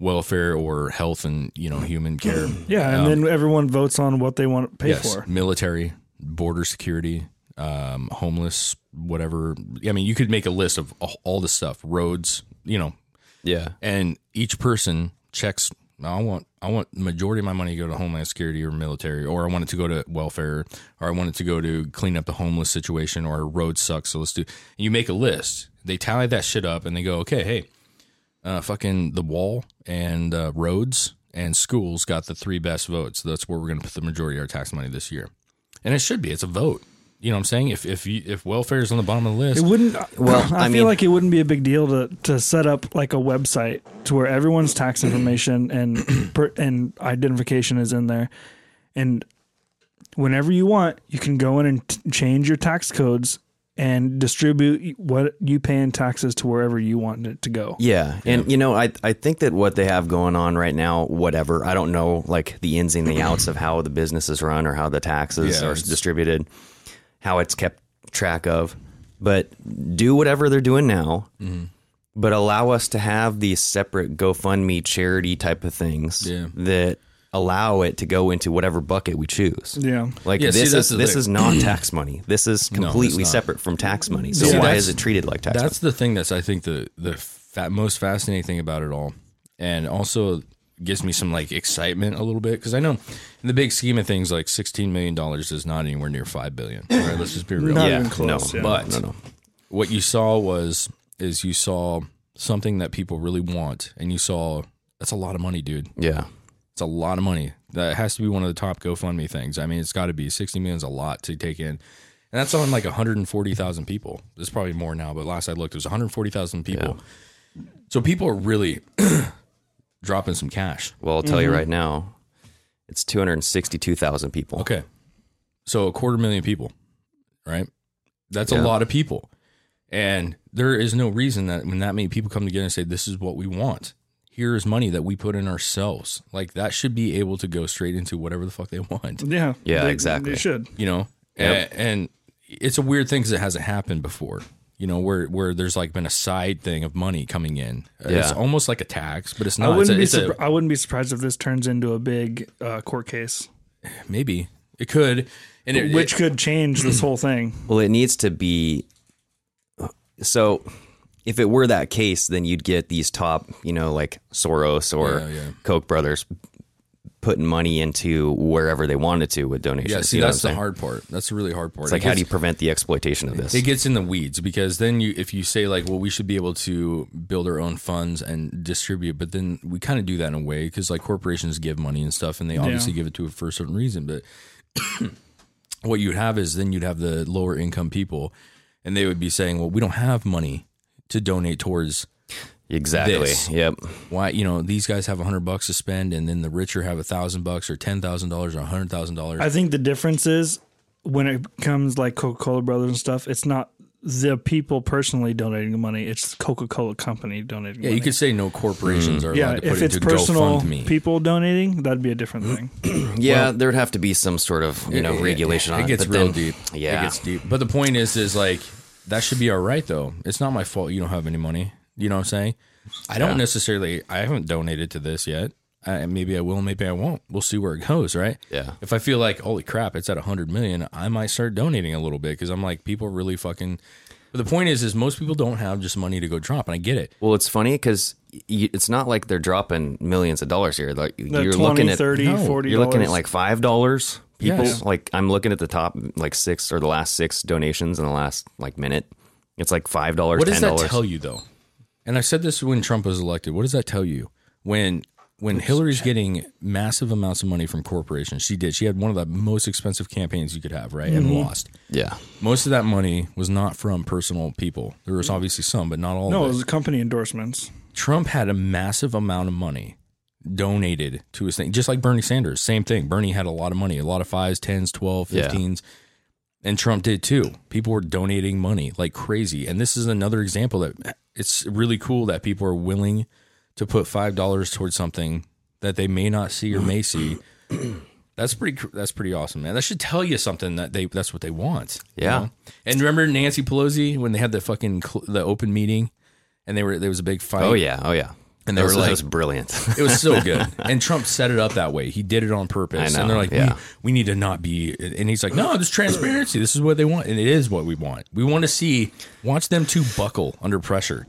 welfare or health and you know human care.
Yeah,
Um,
and then everyone votes on what they want to pay
yes,
for.
military, border security, um, homeless, whatever. I mean, you could make a list of all- all the stuff. Roads, you know,
yeah
and each person checks. I want I want the majority of my money to go to Homeland Security or military, or I want it to go to welfare, or I want it to go to clean up the homeless situation, or road sucks, so let's do. And you make a list. They tally that shit up, and they go, okay, hey, uh, fucking the wall and uh, roads and schools got the three best votes. That's where we're going to put the majority of our tax money this year, and it should be. It's a vote. You know what I'm saying? If if you, if welfare is on the bottom of the list,
It wouldn't.
Well,
I,
I
feel
mean-
like it wouldn't be a big deal to, to set up like a website to where everyone's tax information and per, and identification is in there, and whenever you want, you can go in and t- change your tax codes and distribute what you pay in taxes to wherever you want it to go.
Yeah, and you know, I I think that what they have going on right now, whatever, I don't know, like the ins and the outs of how the business is run or how the taxes
Yeah,
are
it's-
distributed,
Mm-hmm.
how it's kept track of, but do whatever they're doing now, but allow us to have these separate GoFundMe charity type of things
Yeah.
that allow it to go into whatever bucket we choose.
Yeah.
Like
Yeah, see,
this
that's
is
the
this
thing.
is not tax money. This is
No, it's
completely
not.
separate from tax money. So
See,
why
that's-
is it treated like tax
That's the thing that's I think the the fa- most fascinating thing about it all, and also gives me some like excitement a little bit because I know in the big scheme of things, like sixteen million dollars is not anywhere near five billion. Right? Let's just be real.
Not
money?
even close.
no,
yeah.
but no, no.
What you saw was is you saw something that people really want, and you saw that's a lot of money, dude.
Yeah.
It's a lot of money. That has to be one of the top GoFundMe things. I mean, it's got to be sixty million is a lot to take in, and that's on like one hundred and forty thousand people. There's probably more now, but last I looked, it was one hundred forty thousand people. So people are really dropping some cash.
Well, I'll tell
Mm-hmm.
you right now, it's 262,000 people.
Okay, so a quarter million people, right? That's
Yeah.
a lot of people, and there is no reason that when that many people come together and say this is what we want. Here is money that we put in ourselves. Like that should be able to go straight into whatever the fuck they want.
Yeah.
Yeah,
they-
exactly.
They should.
you know
Yep.
A- and, it's a weird thing because it hasn't happened before you know where where there's like been a side thing of money coming in Uh, it's
Yeah.
almost like a tax but it's
I
not
Oh,
wouldn't be.
it's a, it's a-
surpri- I wouldn't be surprised if this turns into a big uh, court case,
maybe it could and it,
which
it-
could change this whole thing.
Well, it needs to be so if it were that case, then you'd get these top, you know, like Soros or
Yeah, yeah.
Koch brothers putting money into wherever they wanted to with donations.
yeah see
you know what
that's the
I'm saying?
hard part that's the really hard part
It's like,
It
how
gets-
do you prevent the exploitation of this?
It gets in the weeds because then you if you say like, well, we should be able to build our own funds and distribute, but then we kind of do that in a way because like corporations give money and stuff, and they obviously give it to it for a certain reason. But what you'd have is then you'd have the lower income people, and they would be saying, well, we don't have money to donate towards
exactly.
this.
Yep.
why you know these guys have a hundred bucks to spend, and then the richer have a thousand bucks or ten thousand dollars or a hundred thousand dollars.
I think the difference is when it comes like Coca Cola Brothers and stuff. It's not the people personally donating the money. It's the Coca Cola company donating.
Yeah,
money.
you could say no corporations are allowed
Hmm. Yeah,
to put
if
into
it's personal
GoFundMe.
people donating, that'd be a different thing.
Mm-hmm.
Yeah, there would have to be some sort of you know
It- it-
regulation.
It,
on
gets
but
real
then-
deep.
Yeah,
it gets deep. But the point is, is like that should be all right though. It's not my fault you don't have any money. You know what I'm saying? I don't necessarily. I haven't donated to this yet. I, maybe I will. Maybe I won't. We'll see where it goes. Right?
Yeah.
If I feel like holy crap, it's at 100 million, I might start donating a little bit because I'm like people really fucking. But the point is, is most people don't have just money to go drop, and I get it.
Well, it's funny because it's not like they're dropping millions of dollars here. Like
The
you're
20,
looking at
30,
No,
40
you're looking at
dollars.
like five dollars. People
Yes.
like I'm looking at the top like six or the last six donations in the last like minute. It's like five dollars,
What
ten
does that
dollars.
tell you though? And I said this when Trump was elected. What does that tell you? When when Hillary's getting massive amounts of money from corporations, she did. She had one of the most expensive campaigns you could have, right? And lost.
Mm-hmm. Yeah,
Most of that money was not from personal people. There was obviously some, but not all
no, it
of it.
was company endorsements.
Trump had a massive amount of money donated to his thing, just like Bernie Sanders. Same thing. Bernie had a lot of money, a lot of fives, tens, 12,
Yeah.
15s. And Trump did too. People were donating money like crazy. And this is another example that it's really cool that people are willing to put $5 towards something that they may not see or may see. That's pretty. cr- That's pretty awesome, man. That should tell you something that they. That's what they want. you
Yeah.
know? And remember Nancy Pelosi when they had the fucking cl- the open meeting, and they were there was a big fight.
Oh yeah. Oh yeah.
And they
That was-
were
that
like-
was brilliant.
It was so good. And Trump set it up that way. He did it on purpose.
I know,
and they're like,
yeah.
we, we need to not be. And he's like, no, this transparency. This is what they want. And it is what we want. We want to see, watch them to buckle under pressure.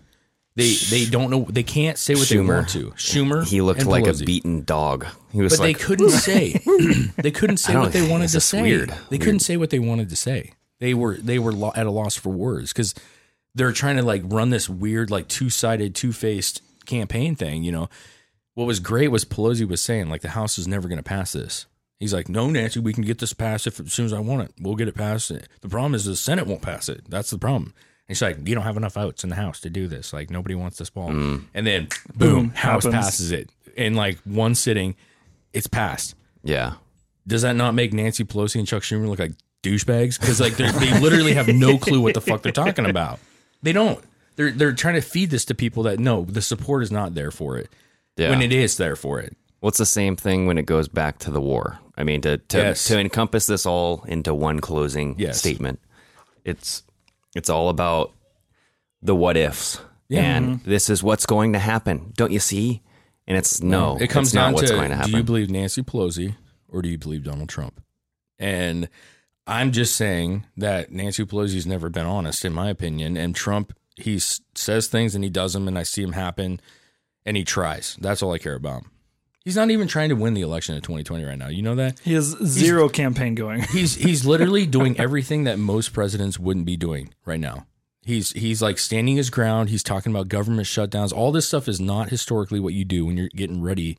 They they don't know. They can't say what they
Schumer.
want to. Schumer.
he looked
and
like
Pelosi.
a beaten dog. He was
But
like,
they couldn't say. they couldn't say
I
what
don't-
they wanted
it's
to
just
say.
weird.
They couldn't say what they wanted to say. They were they were lo- at a loss for words because they're trying to like run this weird like two sided two faced campaign thing. You know, what was great was Pelosi was saying like the House is never going to pass this. He's like, no, Nancy, we can get this passed if as soon as I want it, we'll get it passed. The problem is the Senate won't pass it. That's the problem. And she's like, you don't have enough votes in the House to do this. Like nobody wants this ball. And then boom,
Boom,
House
happens.
passes it in like one sitting. It's passed
yeah.
does that not make Nancy Pelosi and Chuck Schumer look like douchebags? Because like they're- they literally have no clue what the fuck they're talking about. They don't. They're they're trying to feed this to people that no, the support is not there for it.
Yeah.
When it is there for it,
Well, it's the same thing when it goes back to the war. I mean, to to,
Yes.
to encompass this all into one closing
Yes.
statement, it's it's all about the what ifs. and
Mm-hmm.
this is what's going to happen. Don't you see? And it's no,
it comes
it's not
down
what's
to
going to happen.
do you believe Nancy Pelosi or do you believe Donald Trump? And I'm just saying that Nancy Pelosi's never been honest, in my opinion. And Trump, he s- says things and he does them, and I see him happen, and he tries. That's all I care about. He's not even trying to win the election of 2020 right now. You know that?
He has zero campaign going.
He's he's literally doing everything that most presidents wouldn't be doing right now. He's he's like standing his ground. He's talking about government shutdowns. All this stuff is not historically what you do when you're getting ready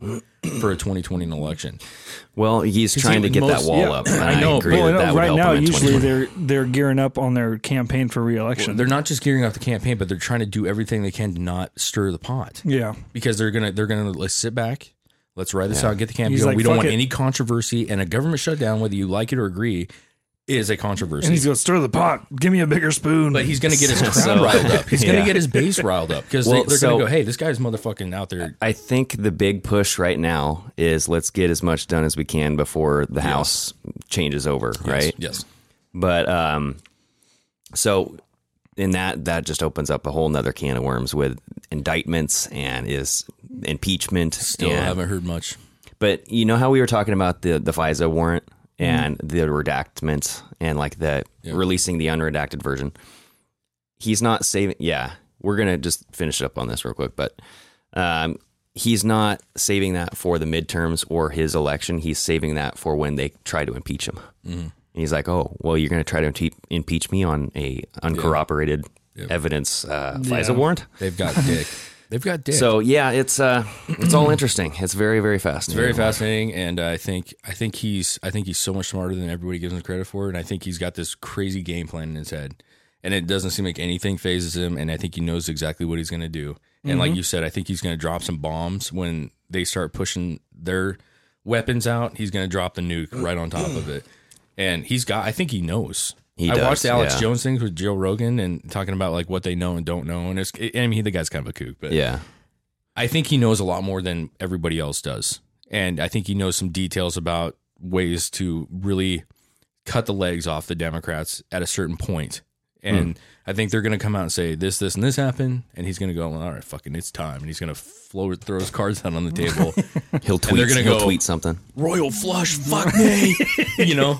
for a 2020 election.
well, he's trying to
even
get
most-
that wall
yeah,
up. and
I know,
agree
but
Well, no,
that, that would
right
help
now,
him in
usually
2020.
they're they're gearing up on their campaign for reelection.
They're not just gearing up the campaign, but they're trying to do everything they can to not stir the pot
yeah,
because they're gonna they're gonna let's sit back, let's ride this out, get the campaign.
He's like,
we don't
"Fuck
want
it."
any controversy, and a government shutdown, whether you like it or agree, is a controversy.
and he's gonna stir the pot. Give me a bigger spoon.
But he's going to get his crowd riled up. He's going to get his base riled up because
Well,
they, are
so-
going to go, "Hey, this guy's motherfucking out there."
I think the big push right now is let's get as much done as we can before the House changes over, right?
Yes.
But um, so in that that just opens up a whole nother can of worms with indictments and is impeachment.
Still
and-
haven't heard much.
But you know how we were talking about the the FISA warrant
Mm-hmm.
and the redactment and like the releasing the unredacted version. He's not saving. Yeah, we're gonna just finish up on this real quick, but um, he's not saving that for the midterms or his election. He's saving that for when they try to impeach him.
Mm-hmm.
And he's like, "Oh, well, you're gonna try to impe- impeach me on a uncorroborated evidence uh, FISA warrant."
They've got dick. They've got dick.
So yeah, it's uh, it's all interesting. It's very very fast.
It's very fascinating, and I think I think he's I think he's so much smarter than everybody gives him credit for, and I think he's got this crazy game plan in his head, and it doesn't seem like anything phases him, and I think he knows exactly what he's going to do, and like
Mm-hmm.
you said, I think he's going to drop some bombs when they start pushing their weapons out. He's going to drop the nuke
Uh,
right on top of it, and he's got I think he knows.
He
I
does,
watched the Alex
yeah.
Jones things with Joe Rogan and talking about like what they know and don't know, and it's I mean the guy's kind of a kook, but
Yeah.
I think he knows a lot more than everybody else does. And I think he knows some details about ways to really cut the legs off the Democrats at a certain point. And I think they're going to come out and say this, this, and this happened. And he's going to go, well, all right, fucking, it's time. And he's going to float, throw his cards out on the table.
He'll tweet.
they're gonna
he'll
go-
tweet something.
Royal flush, fuck me. you know,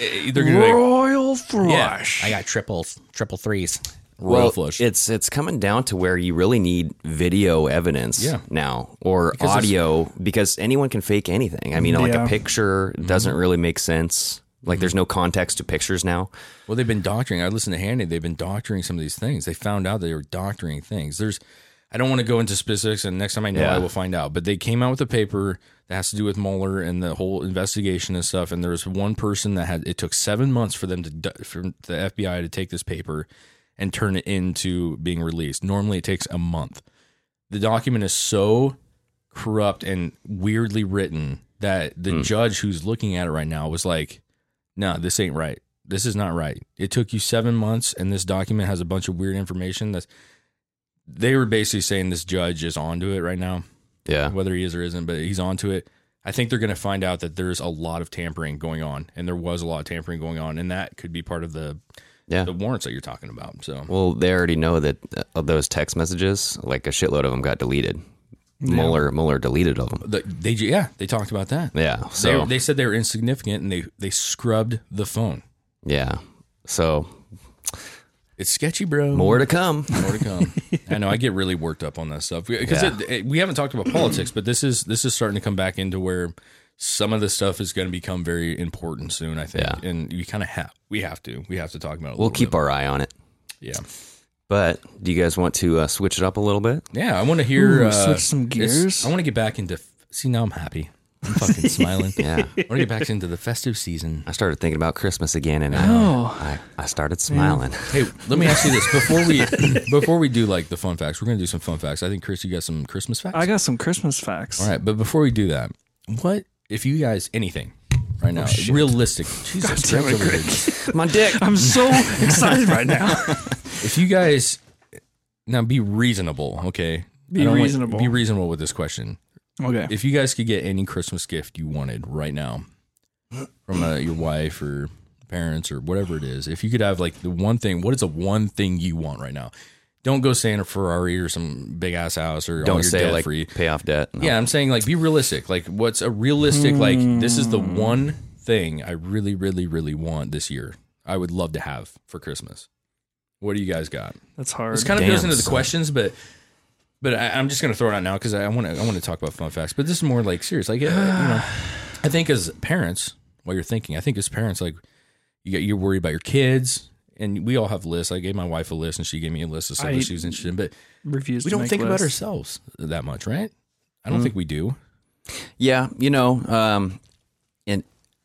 Eh, they're going to be like,
Royal
yeah,
Thrush.
I got triples, triple threes. Royal
Well,
flush.
it's it's coming down to where you really need video evidence
Yeah.
now or
it's-
audio because anyone can fake anything. I mean, like
Yeah.
a picture
Mm-hmm.
doesn't really make sense. Like there's no context to pictures now.
Well, they've been doctoring. I listened to Handy. They've been doctoring some of these things. They found out they were doctoring things. There's, I don't want to go into specifics, and next time I know,
Yeah.
I will find out. But they came out with a paper that has to do with Mueller and the whole investigation and stuff. And there was one person that had. It took seven months for them to do- for the FBI to take this paper and turn it into being released. Normally, it takes a month. The document is so corrupt and weirdly written that the judge who's looking at it right now was like no, this ain't right. This is not right. It took you seven months, and this document has a bunch of weird information. That's they were basically saying this judge is onto it right now,
Yeah.
whether he is or isn't, but he's onto it. I think they're going to find out that there's a lot of tampering going on, and there was a lot of tampering going on, and that could be part of the
Yeah.
the warrants that you're talking about. So
Well, they already know that uh, of those text messages, like a shitload of them got deleted. Mueller Mueller deleted of them.
the, they yeah they talked about that.
Yeah. So
They, they said they were insignificant, and they they scrubbed the phone.
yeah. So
It's sketchy, bro.
more to come.
More to come. I know I get really worked up on that stuff because
Yeah.
it, it- we haven't talked about politics, but this is this is starting to come back into where some of this stuff is going to become very important soon. I think,
Yeah.
and we kind of have we have to we have to talk about. It a
We'll
little
keep
bit.
our eye on it.
yeah
But do you guys want to uh, switch it up a little bit?
yeah. I want to hear
Ooh,
uh,
switch some
it's-
gears?
I want to get back into. See now I'm happy. I'm fucking smiling.
Yeah.
I want to get back into the festive season.
I started thinking about Christmas again, and I,
Oh.
I, I started smiling.
Hey, let me ask you this before we before we do like the fun facts. We're gonna do some fun facts. I think Chris, you got some Christmas facts.
I got some Christmas facts.
All right, but before we do that, what if you guys anything right now? realistic, Jesus
Oh, damn
Christ,
it,
everybody.
My dick.
I'm so excited right now.
If you guys now be reasonable, okay?
Be
I don't want-
reasonable.
be reasonable with this question.
Okay.
If you guys could get any Christmas gift you wanted right now from uh, your wife or parents or whatever it is, if you could have like the one thing, what is the one thing you want right now? Don't go stay in a Ferrari or some big ass house or all
Don't
your
say
debt
like
free.
pay off debt. No.
Yeah, I'm saying like be realistic. Like what's a realistic like this is the
Hmm.
one thing I really really really want this year. I would love to have for Christmas. What do you guys got?
That's hard.
This kind of goes
Damn,
into the
son.
questions, but but I, I'm just gonna throw it out now because I want to I want to talk about fun facts. But this is more like serious. Like uh, you know, I think as parents, while you're thinking, I think as parents, like you get you're worried about your kids, and we all have lists. I gave my wife a list, and she gave me a list of stuff
I-
that she was interested in. But
refuse.
we
to
don't
make
think about
lists. Hmm.
ourselves that much, right? I don't think we do.
Yeah, you know, um, and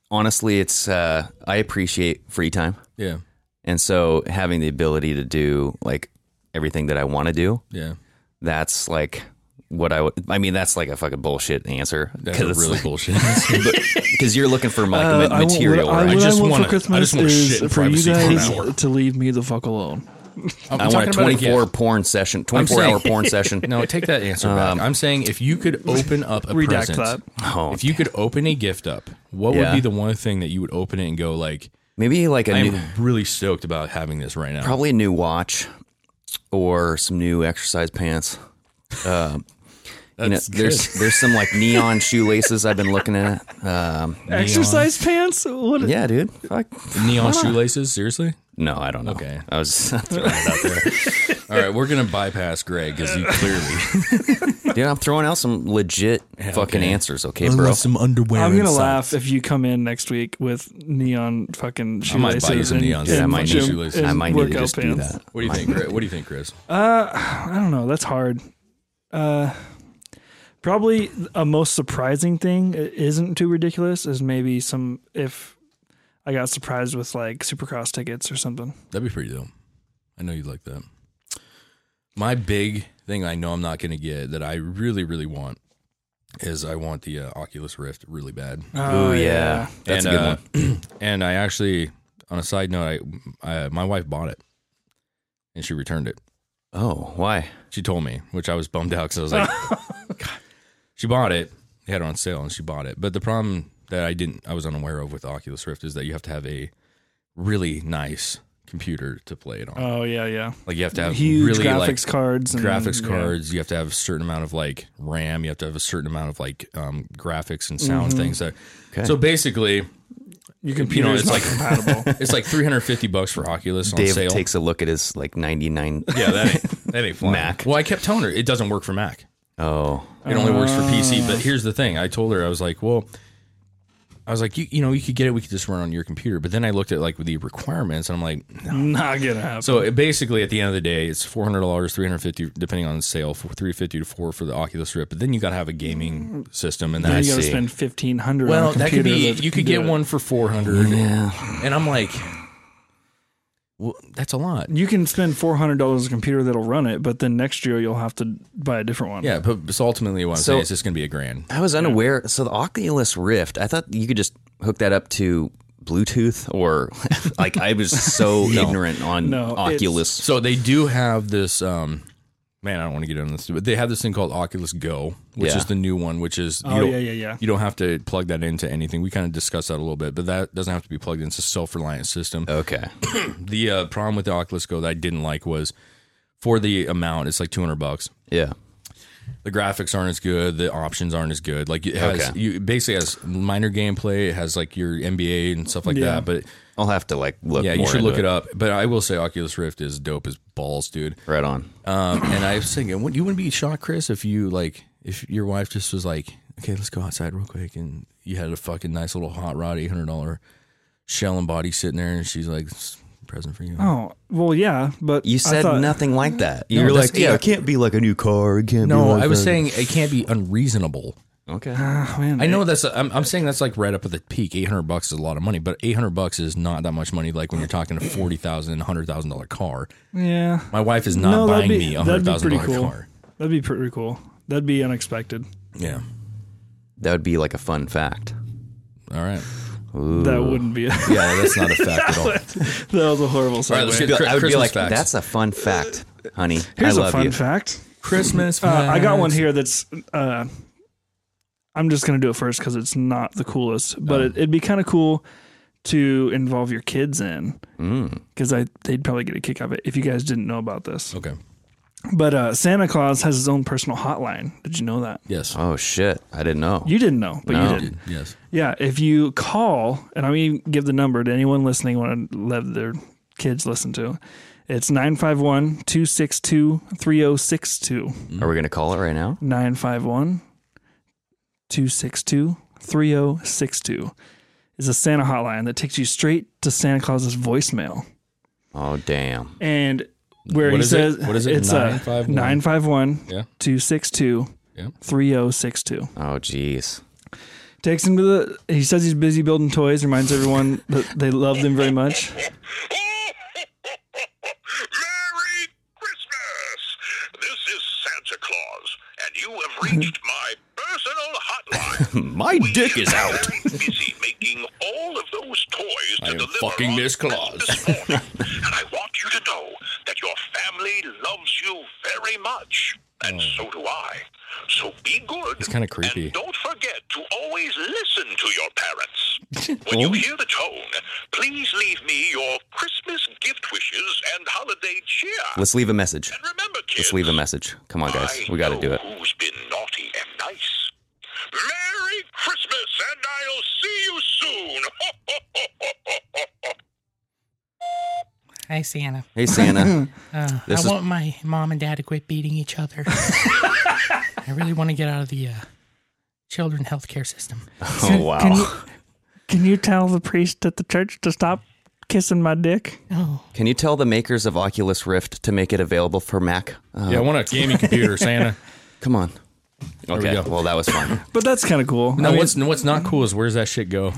honestly, it's uh, I appreciate free time,
Yeah,
and so having the ability to do like everything that I want to do,
yeah.
that's like what I would. I mean, that's like a fucking bullshit answer
That's really bullshit. I
because you're looking for like
Uh, I want-
material.
What, I,
right?
what
I just
I want
wanna- I
for Christmas
just wanna
is
shit in
for you
privacy for an
guys
hour.
to leave me the fuck alone.
I want a 24 porn session, 24 hour porn session.
No, take that answer back. Um, I'm saying if you could open up a
Redact
present,
that.
Oh,
if you could open a gift up, what would
Yeah.
be the one thing that you would open it and go like,
maybe like a
I
new,
am really stoked about having this right now.
probably a new watch or some new exercise pants. Um, you know,
That's
there's there's some like neon shoelaces I've been looking at. Um,
Exercise pants. What?
yeah, dude. Fuck.
Neon shoelaces, seriously?
No, I don't know.
Okay.
I was throwing it out there.
All right, we're gonna bypass Greg because you clearly
dude. I'm throwing out some legit fucking
okay.
answers. Okay, bro.
underwear.
I'm gonna laugh if you come in next week with neon fucking shoelaces.
I might buy you some
and-
neon
and
shoes.
Yeah, I might need
Gym
shoelaces. I
and
might need to
workout
just do
pants.
that.
What do you think, Greg? What do you think, Chris?
Uh, I don't know. That's hard. Uh, probably a most surprising thing i- isn't too ridiculous is maybe some if I got surprised with like Supercross tickets or something.
That'd be pretty dope. I know you'd like that. My big thing I know I'm not gonna get that I really, really want is I want the uh, Oculus Rift really bad.
Oh yeah, that's
and,
a good one.
uh, and I actually, on a side note, I, I my wife bought it, and she returned it.
Oh, why?
She told me, which I was bummed out because I was like, God. she bought it. They had it on sale, and she bought it. But the problem that I didn't, I was unaware of with the Oculus Rift is that you have to have a really nice computer to play it on.
Oh yeah, yeah.
like you have to have
Huge
really like,
graphics cards. And,
graphics
yeah.
cards. You have to have a certain amount of like RAM. You have to have a certain amount of like um, graphics and sound
Mm-hmm.
things. That,
Okay.
So basically,
Your
you
computer
know,
is
it's
not
like
compatible.
It's like 350 bucks for Oculus on
Dave
sale.
takes a look at his like 99.
yeah, that ain't, that ain't flying.
Mac.
Well, I kept telling her it doesn't work for Mac.
Oh,
It only works for PC.
Uh.
But here's the thing: I told her I was like, well, I was like, you you know, you could get it. We could just run it on your computer. But then I looked at like the requirements, and I'm like,
not gonna happen.
so it basically at the end of the day, it's 400 dollars, 350 depending on the sale, for 350 to four for the Oculus Rift. But then you got to have a gaming system, and
Then
that's
you gotta
see.
spend fifteen hundred.
well,
on a
that could
computer
be.
that
You
can
could
do
get
it.
one for 400,
yeah.
and I'm like, well, that's a lot.
You can spend four hundred dollars on a computer that'll run it, but then next year you'll have to buy a different one.
Yeah, but so ultimately, what I'm
So-
saying is it's going to be a grand.
I was unaware. So the Oculus Rift, I thought you could just hook that up to Bluetooth or like I was so ignorant on
No, it's-
Oculus.
So they do have this. Um, man, I don't want to get into this, but they have this thing called Oculus Go, which
Yeah.
is the new one. Which is
Oh,
don't-
yeah, yeah, yeah.
You don't have to plug that into anything. We kind of discussed that a little bit, but that doesn't have to be plugged into self reliant system.
Okay.
The uh, problem with the Oculus Go that I didn't like was for the amount, it's like two hundred bucks.
Yeah.
The graphics aren't as good. The options aren't as good. Like it has,
Okay.
you it basically has minor gameplay. It has like your NBA and stuff like
Yeah.
that. But
I'll have to like look.
yeah, you
more
should
into
look it up. But I will say Oculus Rift is dope as balls, dude.
Right on.
Um, and I was thinking, would you wouldn't be shocked, Chris, if you like, if your wife just was like, "Okay, let's go outside real quick," and you had a fucking nice little hot rod, eight hundred dollar shell and body sitting there, and she's like, "This is a "Present for you."
Oh well, yeah, but
You
I
said
thought-
nothing like that. You
No,
were
that's-
like, yeah,
yeah.
it can't be like a new car. It can't be
No,
like
I was
a-
saying it can't be unreasonable.
Okay.
Ah, man,
I know that's I'm, I'm saying that's like right up at the peak. Eight hundred bucks is a lot of money, but eight hundred bucks is not that much money. Like when you're talking a forty thousand, hundred thousand dollar car.
Yeah,
My wife is not
No, that'd
buying
be-
me a
that'd
hundred
be
thousand
pretty
dollar
cool.
car.
that'd be pretty cool. That'd be unexpected.
Yeah.
That would be like a fun fact.
All right.
That wouldn't be.
Yeah, that's not a fact at all.
that was a horrible segue.
right, let's get-
I would be
Christmas
like,
facts.
that's a fun fact, honey.
Here's
I
a
love
fun
you.
fact.
Christmas.
Uh, I got one
facts.
here that's. Uh, I'm just gonna do it first because it's not the coolest,
Oh.
but it, it'd be kind of cool to
Mm.
involve your kids in because I they'd probably get a kick out of it if you guys didn't know about this.
Okay.
But uh, Santa Claus has his own personal hotline. Did you know that?
Yes.
Oh shit! I didn't know.
You didn't know, but
No.
you did.
Yes.
Yeah, if you call, and I mean give the number to anyone listening want to let their kids listen to, it's 951 262 3062.
Are we gonna call it right now?
951 262 3062 is a Santa hotline that takes you straight to Santa Claus's voicemail.
Oh damn!
And where
What
he
is it?
says,
What is it?
It's
951?
951
Yeah.
262
Yeah.
3062.
Oh jeez!
Takes him to the. He says he's busy building toys. Reminds everyone that they love them very much.
Merry Christmas! This is Santa Claus, and you have reached my personal hotline.
My dick is out.
Very busy making all of those toys
I
to
am
deliver
fucking
on
Miss Claus.
Christmas morning. and I want you to know that your family loves you very much, and so do I. So be good.
It's kinda creepy.
And don't forget to always listen to your parents. When
Oh.
you hear the tone, please leave me your Christmas gift wishes and holiday cheer.
Let's leave a message.
and remember, kids,
Let's leave a message. Come on, guys.
I
We got to
know
do it.
Who's been naughty and nice? Merry Christmas, and I'll see you soon.
Hi, Santa.
Hey Santa.
Uh, I
This is-
want my mom and dad to quit beating each other. I really want to get out of the uh, children healthcare system.
oh wow.
Can you tell the priest at the church to stop kissing my dick?
Oh,
Can you tell the makers of Oculus Rift to make it available for Mac? Uh,
Yeah, I want a gaming computer, Santa.
Come on.
we
Okay.
go.
Well, that was fun.
But that's kind of cool.
No,
I mean,
what's what's not cool is where's that shit go?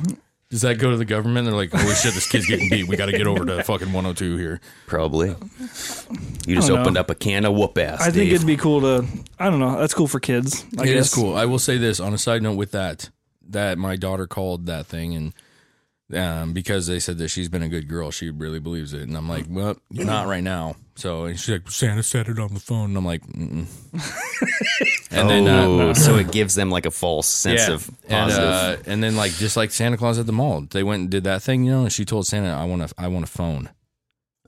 Does that go to the government? They're like, holy shit, this kid's getting beat. We got to get over to fucking 102 here.
Probably. You just
don't know.
opened up a can of whoop ass.
Oh, I think it'd be cool to. I don't know. That's cool for kids. I
It
guess.
is cool. I will say this on a side note with that that my daughter called that thing and um, because they said that she's been a good girl, she really believes it. And I'm like, well, you're not right now. So and she's like, Santa said it on the phone. And I'm like, Mm-mm. and
oh,
then uh,
so it gives them like a false sense
yeah.
of positive.
And, uh, and then like just like Santa Claus at the mall, they went and did that thing, you know. And she told Santa, I want a I want a phone.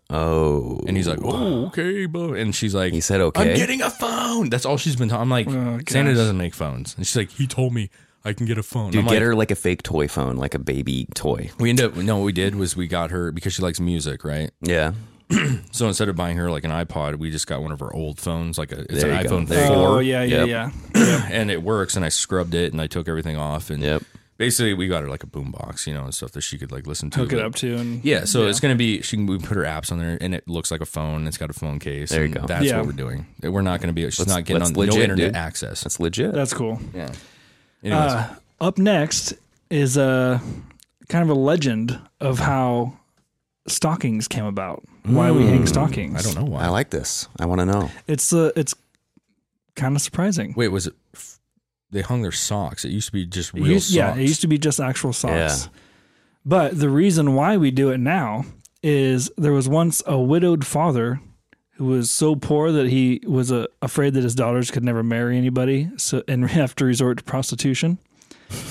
oh.
And he's like, "Oh, okay, bro." And she's like,
He said, "Okay."
I'm getting a phone." That's all she's been. Ta- I'm like,
Oh,
Santa
gosh.
doesn't make phones, and she's like, "He told me I can get a phone."
Dude,
I'm
get
like,
her like a fake toy phone, like a baby toy.
We end up. No, what we did was we got her because she likes music, right?
Yeah.
So instead of buying her like an iPod, we just got one of her old phones, like a it's
There
an
you go.
iPhone
There you
four,
Oh
Or-
yeah, yeah,
Yep.
yeah.
and it works. And I scrubbed it, and I took everything off, and
Yep.
basically we got her like a boombox, you know, and stuff that she could like listen to.
Hook it
but-
up too, and
Yeah, so it's gonna be. She can we put her apps on there, and it looks like a phone. It's got a phone case.
There
and
you go.
That's
Yeah.
what we're doing. We're not gonna be. She's
Let's-
not getting
let's
on
legit,
no internet
dude.
access.
That's legit.
that's cool.
Yeah. Anyways,
Uh, up next is a kind of a legend of how stockings came about. Why we hang stockings?
Hmm. I don't know why.
I like this. I want to know.
It's uh, it's kind of surprising.
Wait, was it? f- They hung their socks. It used to be just
It
real
used-
socks.
Yeah, it used to be just actual socks. But the reason why we do it now is there was once a widowed father who was so poor that he was uh, afraid that his daughters could never marry anybody, so and have to resort to prostitution.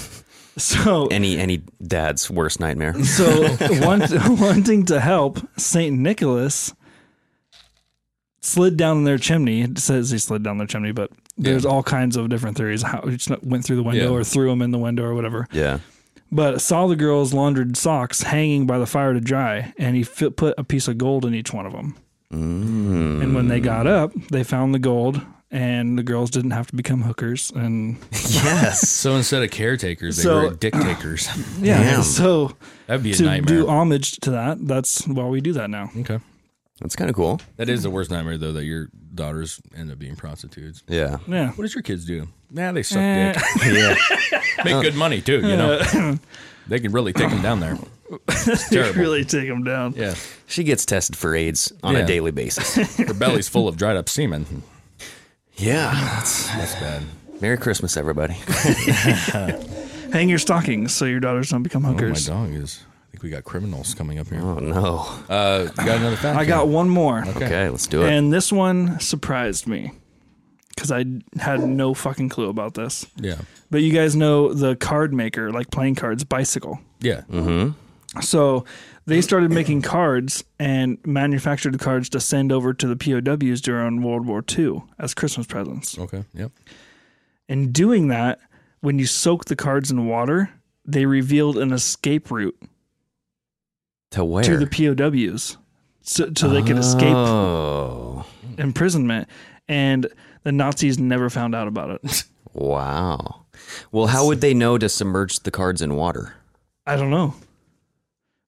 So
Any any dad's worst nightmare.
So want, wanting to help, Saint Nicholas slid down their chimney. It says he slid down their chimney, but there's all kinds of different theories how he just went through the window
Yeah.
or threw them in the window or whatever.
yeah.
But saw the girls' laundered socks hanging by the fire to dry, and he fit, put a piece of gold in each one of them. And when they got up, they found the gold, and the girls didn't have to become hookers. And
Yes.
So instead of caretakers, they
So-
were dick takers.
yeah,
Damn.
so
That'd be a
to
nightmare.
do homage to that, that's why we do that now.
okay.
That's kind of cool.
That is the worst nightmare though that your daughters end up being prostitutes.
Yeah.
Yeah.
What does your kids do? Nah, they suck
Eh.
dick.
Yeah.
Make good money too, you know. they can really take them down there. It's terrible.
really take them down.
yeah.
She gets tested for AIDS on
Yeah.
a daily basis.
Her belly's full of dried up semen.
yeah. That's,
That's bad. Oh,
Merry Christmas, everybody.
Hang your stockings so your daughters don't become
Oh, my
hookers.
dog is. I think we got criminals coming up here.
Oh no.
Uh, you got another fact?
I got one more,
Okay, let's do it.
and this one surprised me because I had no fucking clue about this.
Yeah.
But you guys know the card maker, like playing cards, bicycle.
Mm-hmm.
Yeah.
So they started making cards and manufactured cards to send over to the POWs during World War II as Christmas presents.
Okay. Yep.
In doing that, when you soak the cards in water, they revealed an escape route
To where?
to the POWs so, so they could escape
Oh,
imprisonment. And the Nazis never found out about it.
wow. Well, how would they know to submerge the cards in water?
I don't know.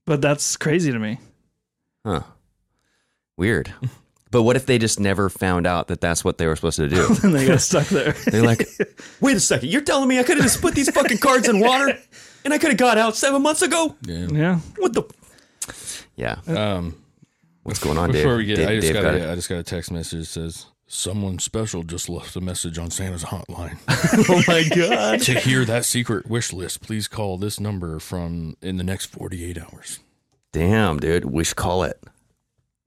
But that's crazy to me.
Huh. Weird. But what if they just never found out that that's what they were supposed to do?
And they got stuck there.
They're like, wait a second, you're telling me I could have just put these fucking cards in water and I could have got out seven months ago?
yeah.
What the? Yeah.
Uh,
Um,
What's going on, Dave?
Before we get,
Dave,
I just
Dave
got,
it.
a, I just got a text message that says someone special just left a message on Santa's hotline.
Oh my god.
to hear that secret wish list, please call this number from in the next 48 hours.
Damn, dude. Wish call it.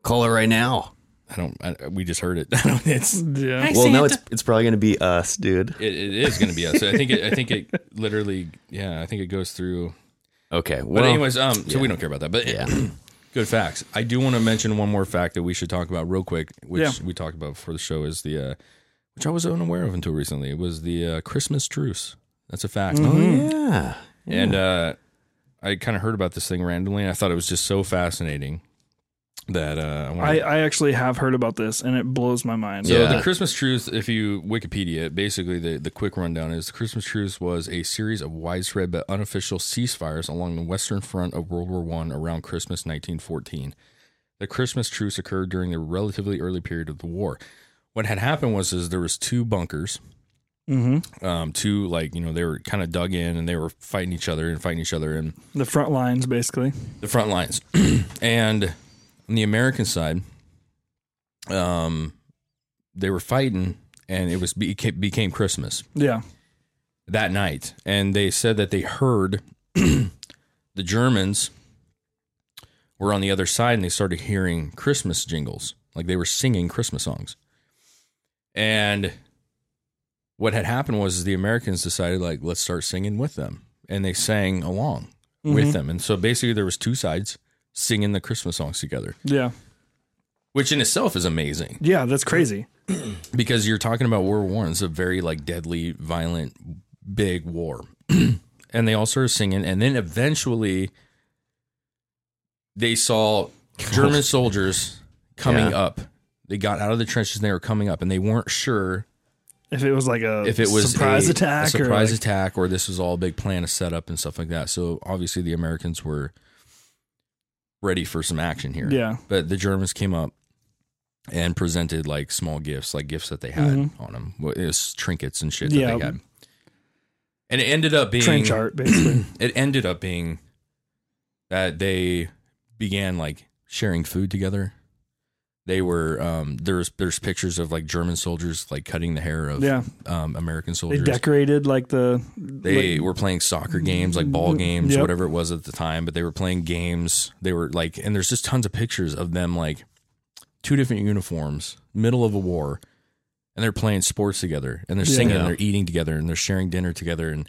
Call it right now.
I don't. I, we just heard it. I don't, it's
Yeah.
well, no, it's it's probably gonna be us, dude.
it, it is going to be us. I think. It, I think it literally. Yeah, I think it goes through.
Okay. Well,
But anyways, um, so we don't care about that. But
Yeah.
good facts. I do want to mention one more fact that we should talk about real quick, which
Yeah.
we talked about before the show is the, uh, which I was unaware of until recently. It was the uh, Christmas truce. That's a fact.
yeah.
And uh, I kind of heard about this thing randomly, and I thought it was just so fascinating that uh, I wanted
I, I actually have heard about this and it blows my mind.
So
Yeah.
the Christmas truce, if you Wikipedia, it, basically the, the quick rundown is the Christmas truce was a series of widespread but unofficial ceasefires along the western front of World War One around Christmas 1914. The Christmas truce occurred during the relatively early period of the war. What had happened was is there was two bunkers, mm-hmm. um, two like you know they were kind of dug in and they were fighting each other and fighting each other and
The front lines, basically.
the front lines. and on the American side, um, they were fighting, and it was beca- became Christmas
Yeah.
that night, and they said that they heard the Germans were on the other side, and they started hearing Christmas jingles, like they were singing Christmas songs. And what had happened was the Americans decided, like, let's start singing with them, and they sang along with them, and so basically there was two sides singing the Christmas songs together,
Yeah.
which in itself is amazing
Yeah. That's crazy.
because you're talking about World War One. It's a very like deadly, violent, big war, and they all started singing, and then eventually they saw German soldiers coming
Yeah.
up. They got out of the trenches and they were coming up, and they weren't sure
If it was like a
if it was
surprise
a,
attack
a surprise
or like-
attack, or this was all a big plan to set up and stuff like that. So obviously the Americans were ready for some action here.
Yeah.
but the Germans came up and presented like small gifts, like gifts that they had on them. It was trinkets and shit that
Mm-hmm. Yeah.
they had. And it ended up being
train chart, basically.
it ended up being that they began like sharing food together. They were um there's there's pictures of like German soldiers like cutting the hair of
Yeah.
um American
they
soldiers.
decorated like the
They were playing soccer games, like ball games,
Yep.
whatever it was at the time, but they were playing games. They were like, and there's just tons of pictures of them, like two different uniforms, middle of a war, and they're playing sports together, and they're singing, and they're eating together, and they're sharing dinner together. And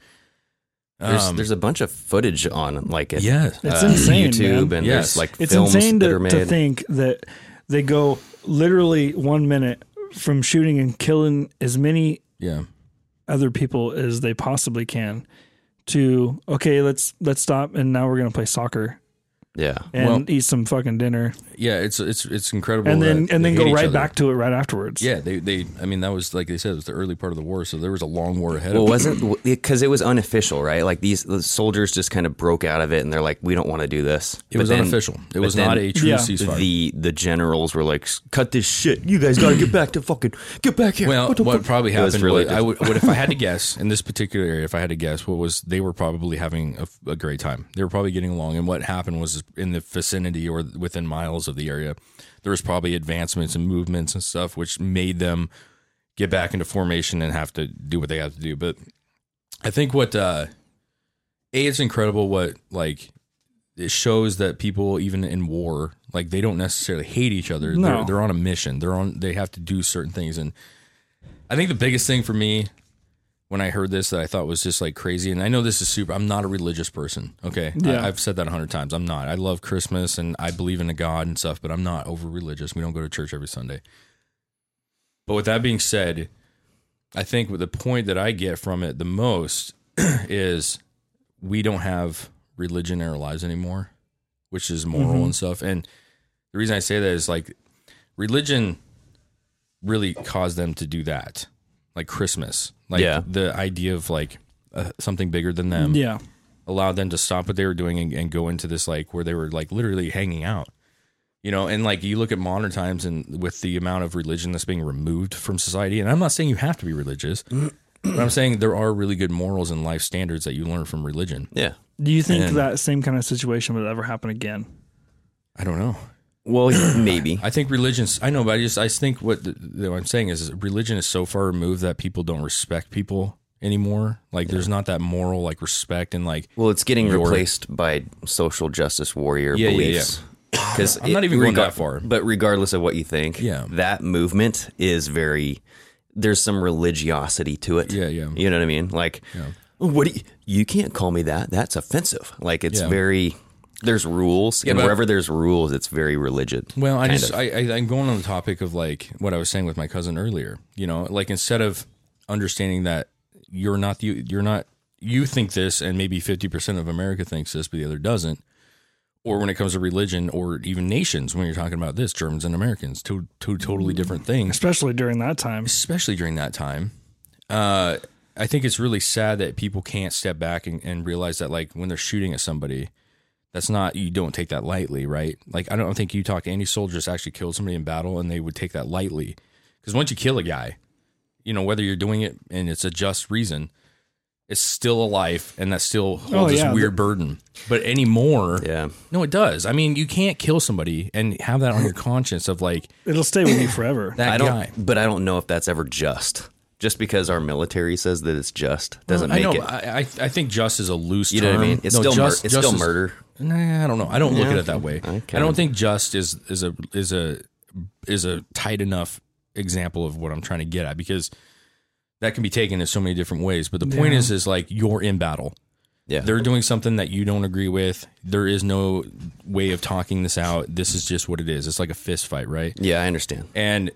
There's,
um,
there's a bunch of footage on like it.
yeah,
It's insane,
uh, YouTube
man.
and
Yes.
there's like
it's
films
insane
that
to,
are made.
to think that they go literally one minute from shooting and killing as many
yeah,
other people as they possibly can to okay let's let's stop and now we're gonna play soccer
Yeah.
and
Well-
eat some fucking dinner
yeah. It's it's it's incredible.
and then
that
and
they
then
hate
go
each
right
other.
back to it right afterwards
Yeah, they they. I mean, that was like they said, it was the early part of the war, so there was a long war ahead.
Well,
of them.
wasn't because it was unofficial, right? Like these the soldiers just kind of broke out of it, and they're like, "We don't want to do this."
It was unofficial. It was not a true
Yeah.
ceasefire.
The the generals were like, "Cut this shit! You guys got to get back to fucking get back here."
Well,
What the
what
fuck?"
probably
It was
happened
really
was I would, what if I had to guess in this particular area, if I had to guess, what was they were probably having a, a great time. They were probably getting along, and what happened was in the vicinity or within miles of the area, there was probably advancements and movements and stuff, which made them get back into formation and have to do what they have to do. But I think what uh, a it's incredible what like it shows that people even in war like they don't necessarily hate each other.
No.
They're, they're on a mission. They're on. They have to do certain things, and I think the biggest thing for me when I heard this that I thought was just like crazy. And I know this is super. I'm not a religious person. Okay,
Yeah.
I, I've said that a hundred times. I'm not. I love Christmas and I believe in a God and stuff, but I'm not over religious. We don't go to church every Sunday. But with that being said, I think the point that I get from it the most is we don't have religion in our lives anymore, which is moral and stuff. And the reason I say that is like religion really caused them to do that, like Christmas, like
Yeah.
the idea of like uh, something bigger than them
Yeah.
allowed them to stop what they were doing and, and go into this like where they were like literally hanging out you know and like you look at modern times and with the amount of religion that's being removed from society and i'm not saying you have to be religious but i'm saying there are really good morals and life standards that you learn from religion
Yeah.
Do you think
And-
that same kind of situation would ever happen again?
i don't know
Well, maybe.
i think religion's i know but i just i think what, the, the- what i'm saying is religion is so far removed that people don't respect people anymore like there's not that moral like respect and like
Well, it's getting
Your-
replaced by social justice warrior
Yeah, yeah,
beliefs. Because
I'm not even going that far.
But regardless of what you think,
Yeah.
that movement is very. There's some religiosity to it.
Yeah, yeah.
You know what I mean? Like, what do you, you can't call me that? That's offensive. Like, it's
Yeah.
very. There's rules, and
but-
wherever there's rules, it's very religious.
Well, I
kind
just
of.
I, I I'm going on the topic of like what I was saying with my cousin earlier. You know, like instead of understanding that you're not the you're not you think this and maybe 50% of America thinks this but the other doesn't. Or when it comes to religion or even nations when you're talking about this Germans and Americans, two two totally different things
Especially during that time.
especially during that time. Uh, I think it's really sad that people can't step back and, and realize that, like, when they're shooting at somebody, that's not, you don't take that lightly, right? Like, I don't think you talk to any soldier that's actually killed somebody in battle and they would take that lightly. Because once you kill a guy, you know, whether you're doing it and it's a just reason, it's still a life and that still holds
Oh,
this
yeah.
weird burden. But anymore,
yeah.
no, it does. I mean, you can't kill somebody and have that on your conscience of like,
It'll stay with you forever.
that
I don't,
guy.
but I don't know if that's ever just. Just because our military says that it's just doesn't
I
make
know.
it.
I, I I think just is a loose
You know
term.
what I mean? It's still mur- it's still
is-
murder.
Nah, I don't know. I don't look
Yeah.
at it that way.
Okay.
I don't think just is is a is a is a tight enough example of what I'm trying to get at because that can be taken in so many different ways. But the point is, is like you're in battle.
yeah.
They're doing something that you don't agree with. There is no way of talking this out. This is just what it is. It's like a fist fight, right?
yeah, I understand.
And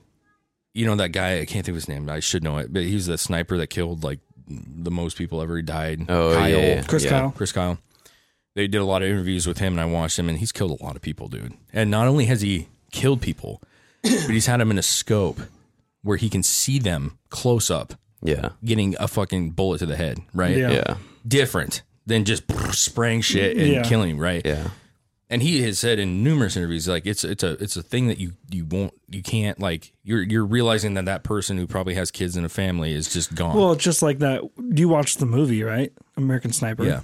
you know that guy, I can't think of his name. I should know it, but he's the sniper that killed like the most people ever. He died.
Oh, yeah, yeah.
Chris Kyle.
Chris Kyle. They did a lot of interviews with him, and I watched him, and he's killed a lot of people, dude. And not only has he killed people, but he's had them in a scope where he can see them close up,
Yeah.
getting a fucking bullet to the head, right?
Yeah.
Yeah.
Different than just spraying shit and
Yeah.
killing, right?
Yeah.
and he has said in numerous interviews like it's it's a it's a thing that you you won't you can't like you're you're realizing that that person who probably has kids and a family is just gone.
Well, it's just like that. You watched the movie, right? American Sniper.
Yeah.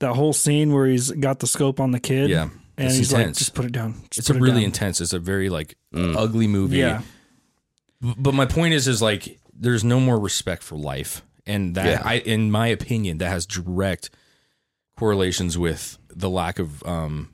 That whole scene where he's got the scope on the kid.
Yeah.
And
It's
he's like,
intense.
just put it down. Just
it's a
put it
really
down."
intense. It's a very like ugly movie.
Yeah.
B- But my point is is like there's no more respect for life, and that
Yeah.
I in my opinion that has direct correlations with the lack of um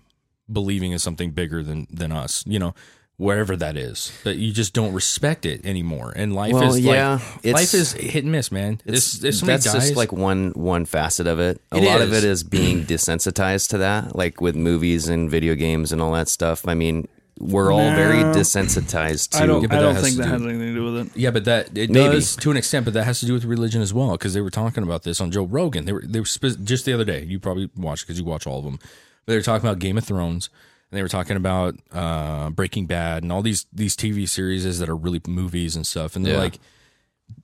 believing in something bigger than than us. You know. Whatever that is, that you just don't respect it anymore, and life
Well,
is
yeah,
like
it's-
life is hit and miss, man. It's, if somebody
that's
dies,
just like one one facet of it. A
It
lot of
is.
it is being desensitized to that, like with movies and video games and all that stuff. I mean, we're all very
No.
desensitized to
I don't,
Yeah, but
I
that
don't
has
think
to
that
do-
has anything to do with it.
Yeah, but that it
Maybe.
does to an extent, but that has to do with religion as well because they were talking about this on Joe Rogan. They were they were spe- just the other day. You probably watched because you watch all of them. But they were talking about Game of Thrones and they were talking about uh, Breaking Bad and all these these TV series that are really movies and stuff. And they're
Yeah.
like,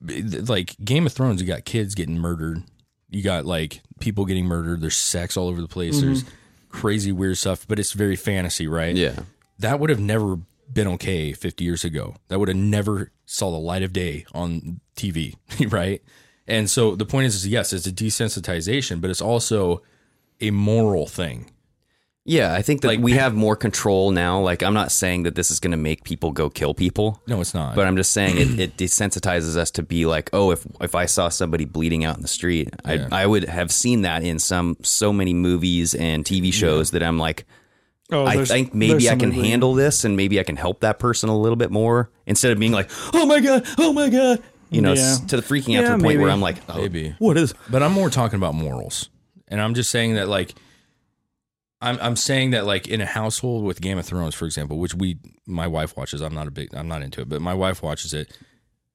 b- like Game of Thrones, you got kids getting murdered, you got like people getting murdered. There's sex all over the place.
Mm-hmm.
There's crazy weird stuff, but it's very fantasy, right?
Yeah.
that would have never been okay 50 years ago. That would have never saw the light of day on TV, right? And so the point is, is yes, it's a desensitization, but it's also a moral thing.
Yeah, I think that
Like-
we have more control now. Like, I'm not saying that this is going to make people go kill people.
No, it's not.
But I'm just saying it, it desensitizes us to be like, oh, if if I saw somebody bleeding out in the street,
Yeah.
I I would have seen that in some so many movies and TV shows that I'm like,
Oh,
I
there's-
think
there's
maybe I can
somebody-
handle this and maybe I can help that person a little bit more instead of being like, oh my god, oh my god, You know, it's
Yeah.
to the freaking out
Yeah,
to the point
maybe.
where I'm like, oh,
Maybe.
what is?
But I'm more talking about morals. And I'm just saying that like I'm I'm saying that like in a household with Game of Thrones, for example, which we my wife watches, I'm not a big I'm not into it, but my wife watches it.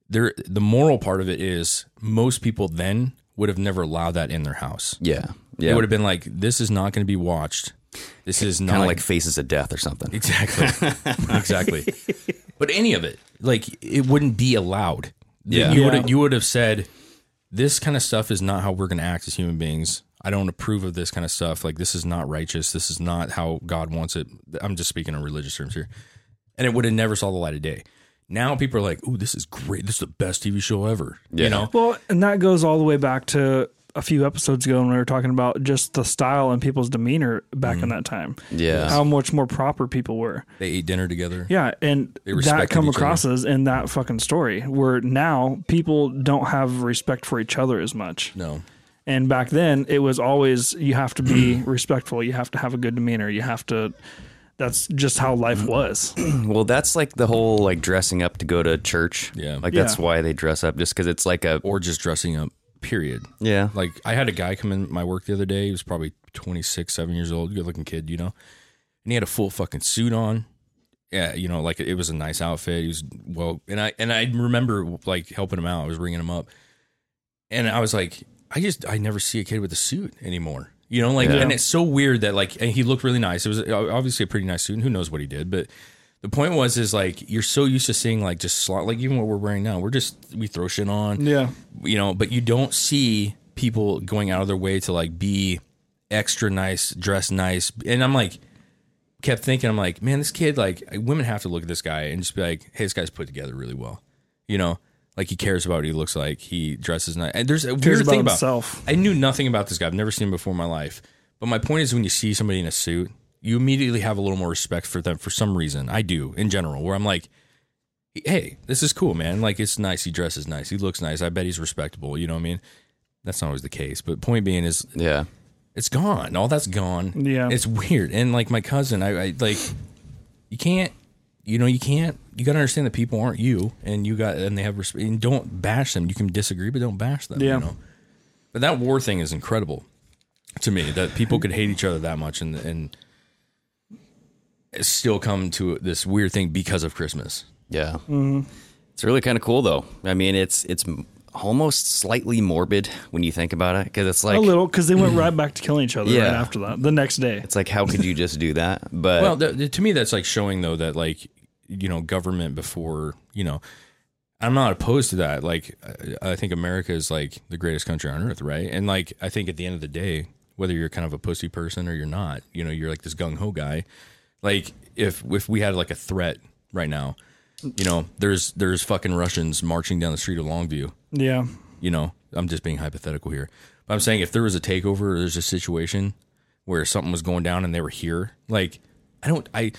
There the moral part of it is most people then would have never allowed that in their house.
Yeah,
It
yeah.
would have been like, this is not going to be watched. This is
kind
not
of like Faces of Death or something.
Exactly. exactly. But any of it, like it wouldn't be allowed.
Yeah.
You
Yeah.
would you would have said this kind of stuff is not how we're going to act as human beings. I don't approve of this kind of stuff. Like this is not righteous. This is not how God wants it. I'm just speaking in religious terms here. And it would have never saw the light of day. Now people are like, "Ooh, this is great. This is the best TV show ever."
Yeah.
You know?
Well, and that goes all the way back to a few episodes ago when we were talking about just the style and people's demeanor back
Mm.
in that time.
Yeah.
How much more proper people were.
They ate dinner together.
Yeah, and
They
that
respected
come
each
across as in that fucking story where now people don't have respect for each other as much.
No.
And back then it was always you have to be respectful, you have to have a good demeanor, you have to that's just how
Mm.
life was.
Well, that's like the whole like dressing up to go to church.
Yeah.
like that's
Yeah.
why they dress up, just because it's like a
Or just dressing up. Period.
yeah,
Like I had a guy come in my work the other day. He was probably 26, 7 years old, good looking kid, you know. And he had a full fucking suit on. Yeah, you know, like it was a nice outfit. He was well, and I and I remember like helping him out. I was ringing him up, and I was like, I just I never see a kid with a suit anymore. You know, like,
Yeah.
and it's so weird that like and he looked really nice. It was uh, obviously a pretty nice suit, and who knows what he did, but the point was is like you're so used to seeing like just slot like even what we're wearing now we're just we throw shit on
Yeah.
you know but you don't see people going out of their way to like be extra nice dress nice and i'm like kept thinking i'm like man this kid like women have to look at this guy and just be like hey this guy's put together really well you know like he cares about what he looks like he dresses nice and there's a weird
about
thing about
himself.
i knew nothing about this guy i've never seen him before in my life but my point is when you see somebody in a suit you immediately have a little more respect for them for some reason i do in general where i'm like hey, this is cool, man. Like it's nice. He dresses nice. He looks nice. I bet he's respectable. You know what I mean? That's not always the case. But point being is
yeah.
it's gone. All that's gone.
Yeah.
It's weird. And like my cousin, I, I like you can't you know, you can't you gotta understand that people aren't you and you got and they have respect and don't bash them. You can disagree, but don't bash them.
Yeah.
You know? But that war thing is incredible to me that people could hate each other that much and and still come to this weird thing because of Christmas.
Yeah.
Mm-hmm.
It's really kind of cool though. I mean, it's it's m- almost slightly morbid when you think about it cuz it's like
a little cuz they went right back to killing each other
Yeah.
right after that. The next day.
it's like how could you just do that? But
well th- th- to me that's like showing though that like you know government before you know i'm not opposed to that like I, I think america is like the greatest country on earth right and like i think at the end of the day whether you're kind of a pussy person or you're not you know you're like this gung-ho guy like if if we had like a threat right now you know there's there's fucking russians marching down the street of longview
Yeah.
you know, I'm just being hypothetical here. But I'm saying if there was a takeover or there's a situation where something was going down and they were here, like I don't I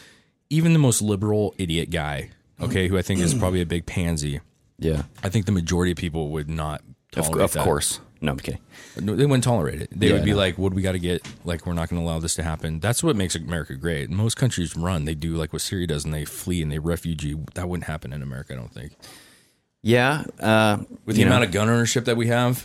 even the most liberal idiot guy, okay, who I think is probably a big pansy,
yeah.
I think the majority of people would not
Of,
tolerate
of
that.
course. No, I'm kidding.
No, they wouldn't tolerate it. They
Yeah,
would be
no.
like, "What do we got to get? Like, we're not going to allow this to happen." That's what makes America great. Most countries run; they do like what Syria does, and they flee and they refugee. That wouldn't happen in America, I don't think.
Yeah, uh
With the
you know,
amount of gun ownership that we have,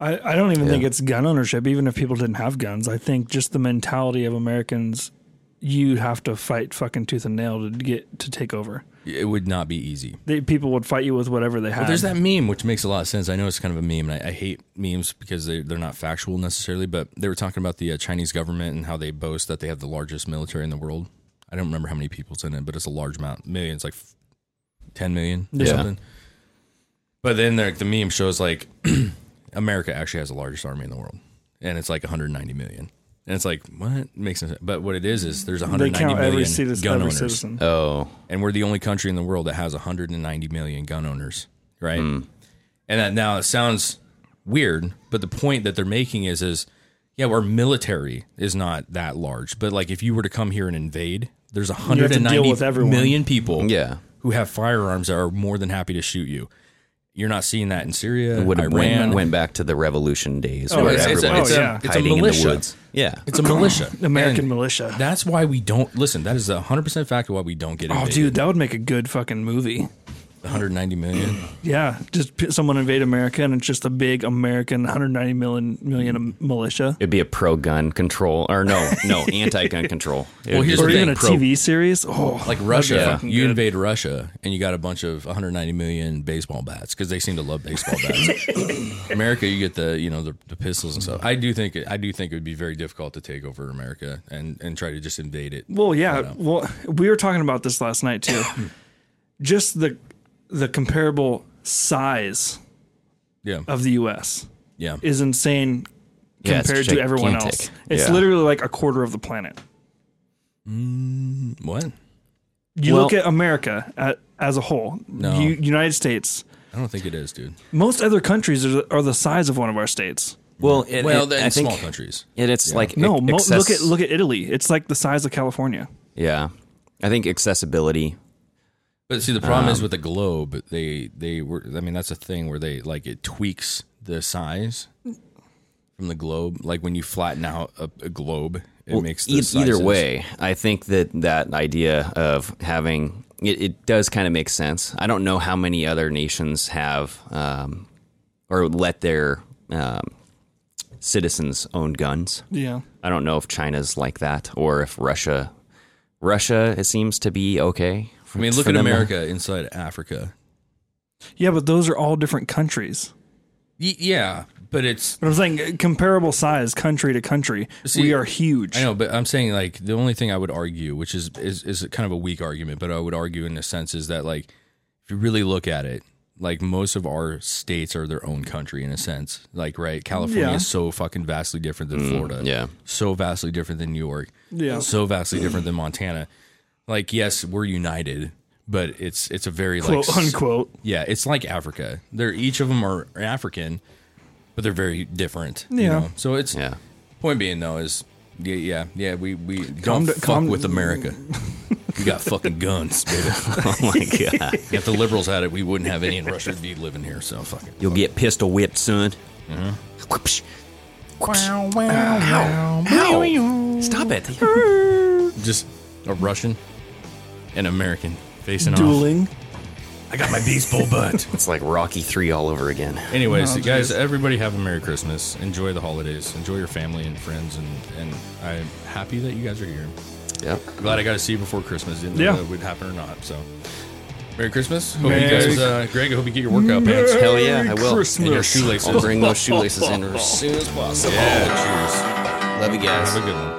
I, I don't even think it's gun ownership, even if people didn't have guns. I think just the mentality of Americans, you have to fight fucking tooth and nail to get to take over.
it would not be easy.
They, people would fight you with whatever they had.
Well, there's that meme, which makes a lot of sense. I know it's kind of a meme, and I, I hate memes because they, they're not factual necessarily, but they were talking about the uh, Chinese government and how they boast that they have the largest military in the world. I don't remember how many people's in it, but it's a large amount. Millions, like f- 10 million or
Yeah.
something. But then like, the meme shows like America actually has the largest army in the world, and it's like 190 million. And it's like, what? Makes no sense. But what it is, is there's
they
190
count every
million
citizen.
gun
Every
owners
citizen.
Oh,
and we're the only country in the world that has 190 million gun owners, right?
Hmm.
And that now it sounds weird, but the point that they're making is is yeah, our military is not that large, but like if you were to come here and invade, there's
have to deal
190
with everyone.
million people
yeah.
who have firearms that are more than happy to shoot you. You're not seeing that in Syria,
Would have
Uh, Iran.
went, went back to the revolution days
Oh,
where
it's- it's a-
everyone
it's
was
a-
it's a
hiding in the
militia.
woods. Yeah.
It's a militia,
American
And
militia.
That's why we don't listen. That is a 100 percent fact of why we don't get
oh,
invaded.
dude, that would make a good fucking movie.
190 million.
Yeah, just p- someone invade America, and it's just a big American 190 million million
Mm.
militia.
It'd be a pro gun control or no, no anti gun control. It
Well,
would
here's
just
Or
be
even a
pro-
TV series. Oh,
Like Russia,
fucking
you
good.
invade Russia and you got a bunch of 190 million baseball bats because they seem to love baseball bats. America, you get the you know the, the pistols and stuff. I do think it, I do think it would be very difficult to take over America and and try to just invade it.
Well, yeah. Well, we were talking about this last night too. just the the comparable size
Yeah,
of the U.S.
yeah.
is insane
Yeah, it's
compared to everyone
gigantic.
else. It's
Yeah.
literally like a quarter of the planet.
What?
You
Well-
look at America at, as a whole,
No.
U- United States.
I don't think it is, dude.
Most other countries are, are the size of one of our states.
Well, it,
Well,
it, I
then
think
small countries.
it, it's like
No,
ac-
mo- look
access-
at look at Italy. It's like the size of California.
Yeah, I think accessibility.
But see, the problem
Um,
is with the globe. They they were. I mean, that's a thing where they like it tweaks the size from the globe. Like when you flatten out a, a globe, it
Well,
makes the
e- either
sizes-
way. I think that that idea of having it, it does kind of make sense. I don't know how many other nations have um, or let their um, citizens own guns.
Yeah.
I don't know if China's like that or if Russia. Russia, it seems to be okay.
I mean, look at America inside Africa.
Yeah, but those are all different countries.
Y- yeah, but it's.
But I'm saying uh, comparable size, country to country,
See,
we are huge.
I know, but I'm saying like the only thing I would argue, which is is is kind of a weak argument, but I would argue in a sense is that like if you really look at it, like most of our states are their own country in a sense. Like right, California
Yeah.
is so fucking vastly different than Florida.
Mm, yeah.
so vastly different than New York.
Yeah.
so vastly different than Montana. Like yes, we're united, but it's it's a very like
quote
s-
unquote.
Yeah, it's like Africa. They're each of them are African, but they're very different. Yeah. You
Yeah.
know? So it's
Yeah.
Point being though is yeah yeah yeah we we
Calm
don't
d-
fuck
calm-
with America. we got fucking guns, baby.
Oh my god,
if the liberals had it, we wouldn't have any, and Russia would be living here. So fucking.
you'll get pistol whipped, son.
Mm-hmm.
Whoopsh. Whoops.
Wow, wow,
Ow.
wow.
Stop it.
Just a Russian, and American facing off.
Dueling.
I got my baseball butt.
It's like Rocky 3 all over again.
Anyways,
No,
guys,
geez.
everybody have a Merry Christmas. Enjoy the holidays. Enjoy your family and friends. And, and I'm happy that you guys are here.
Yep.
Glad I got to see you before Christmas. Didn't know
Yeah.
that would happen or not. So, Merry Christmas. Hope you
Merry
guys, uh, Greg, I hope you get your workout pants.
Hell yeah, I will.
Christmas.
And your shoelaces. I'll bring those shoelaces in as soon as possible. Yeah, cheers. Love you guys.
Have a good one.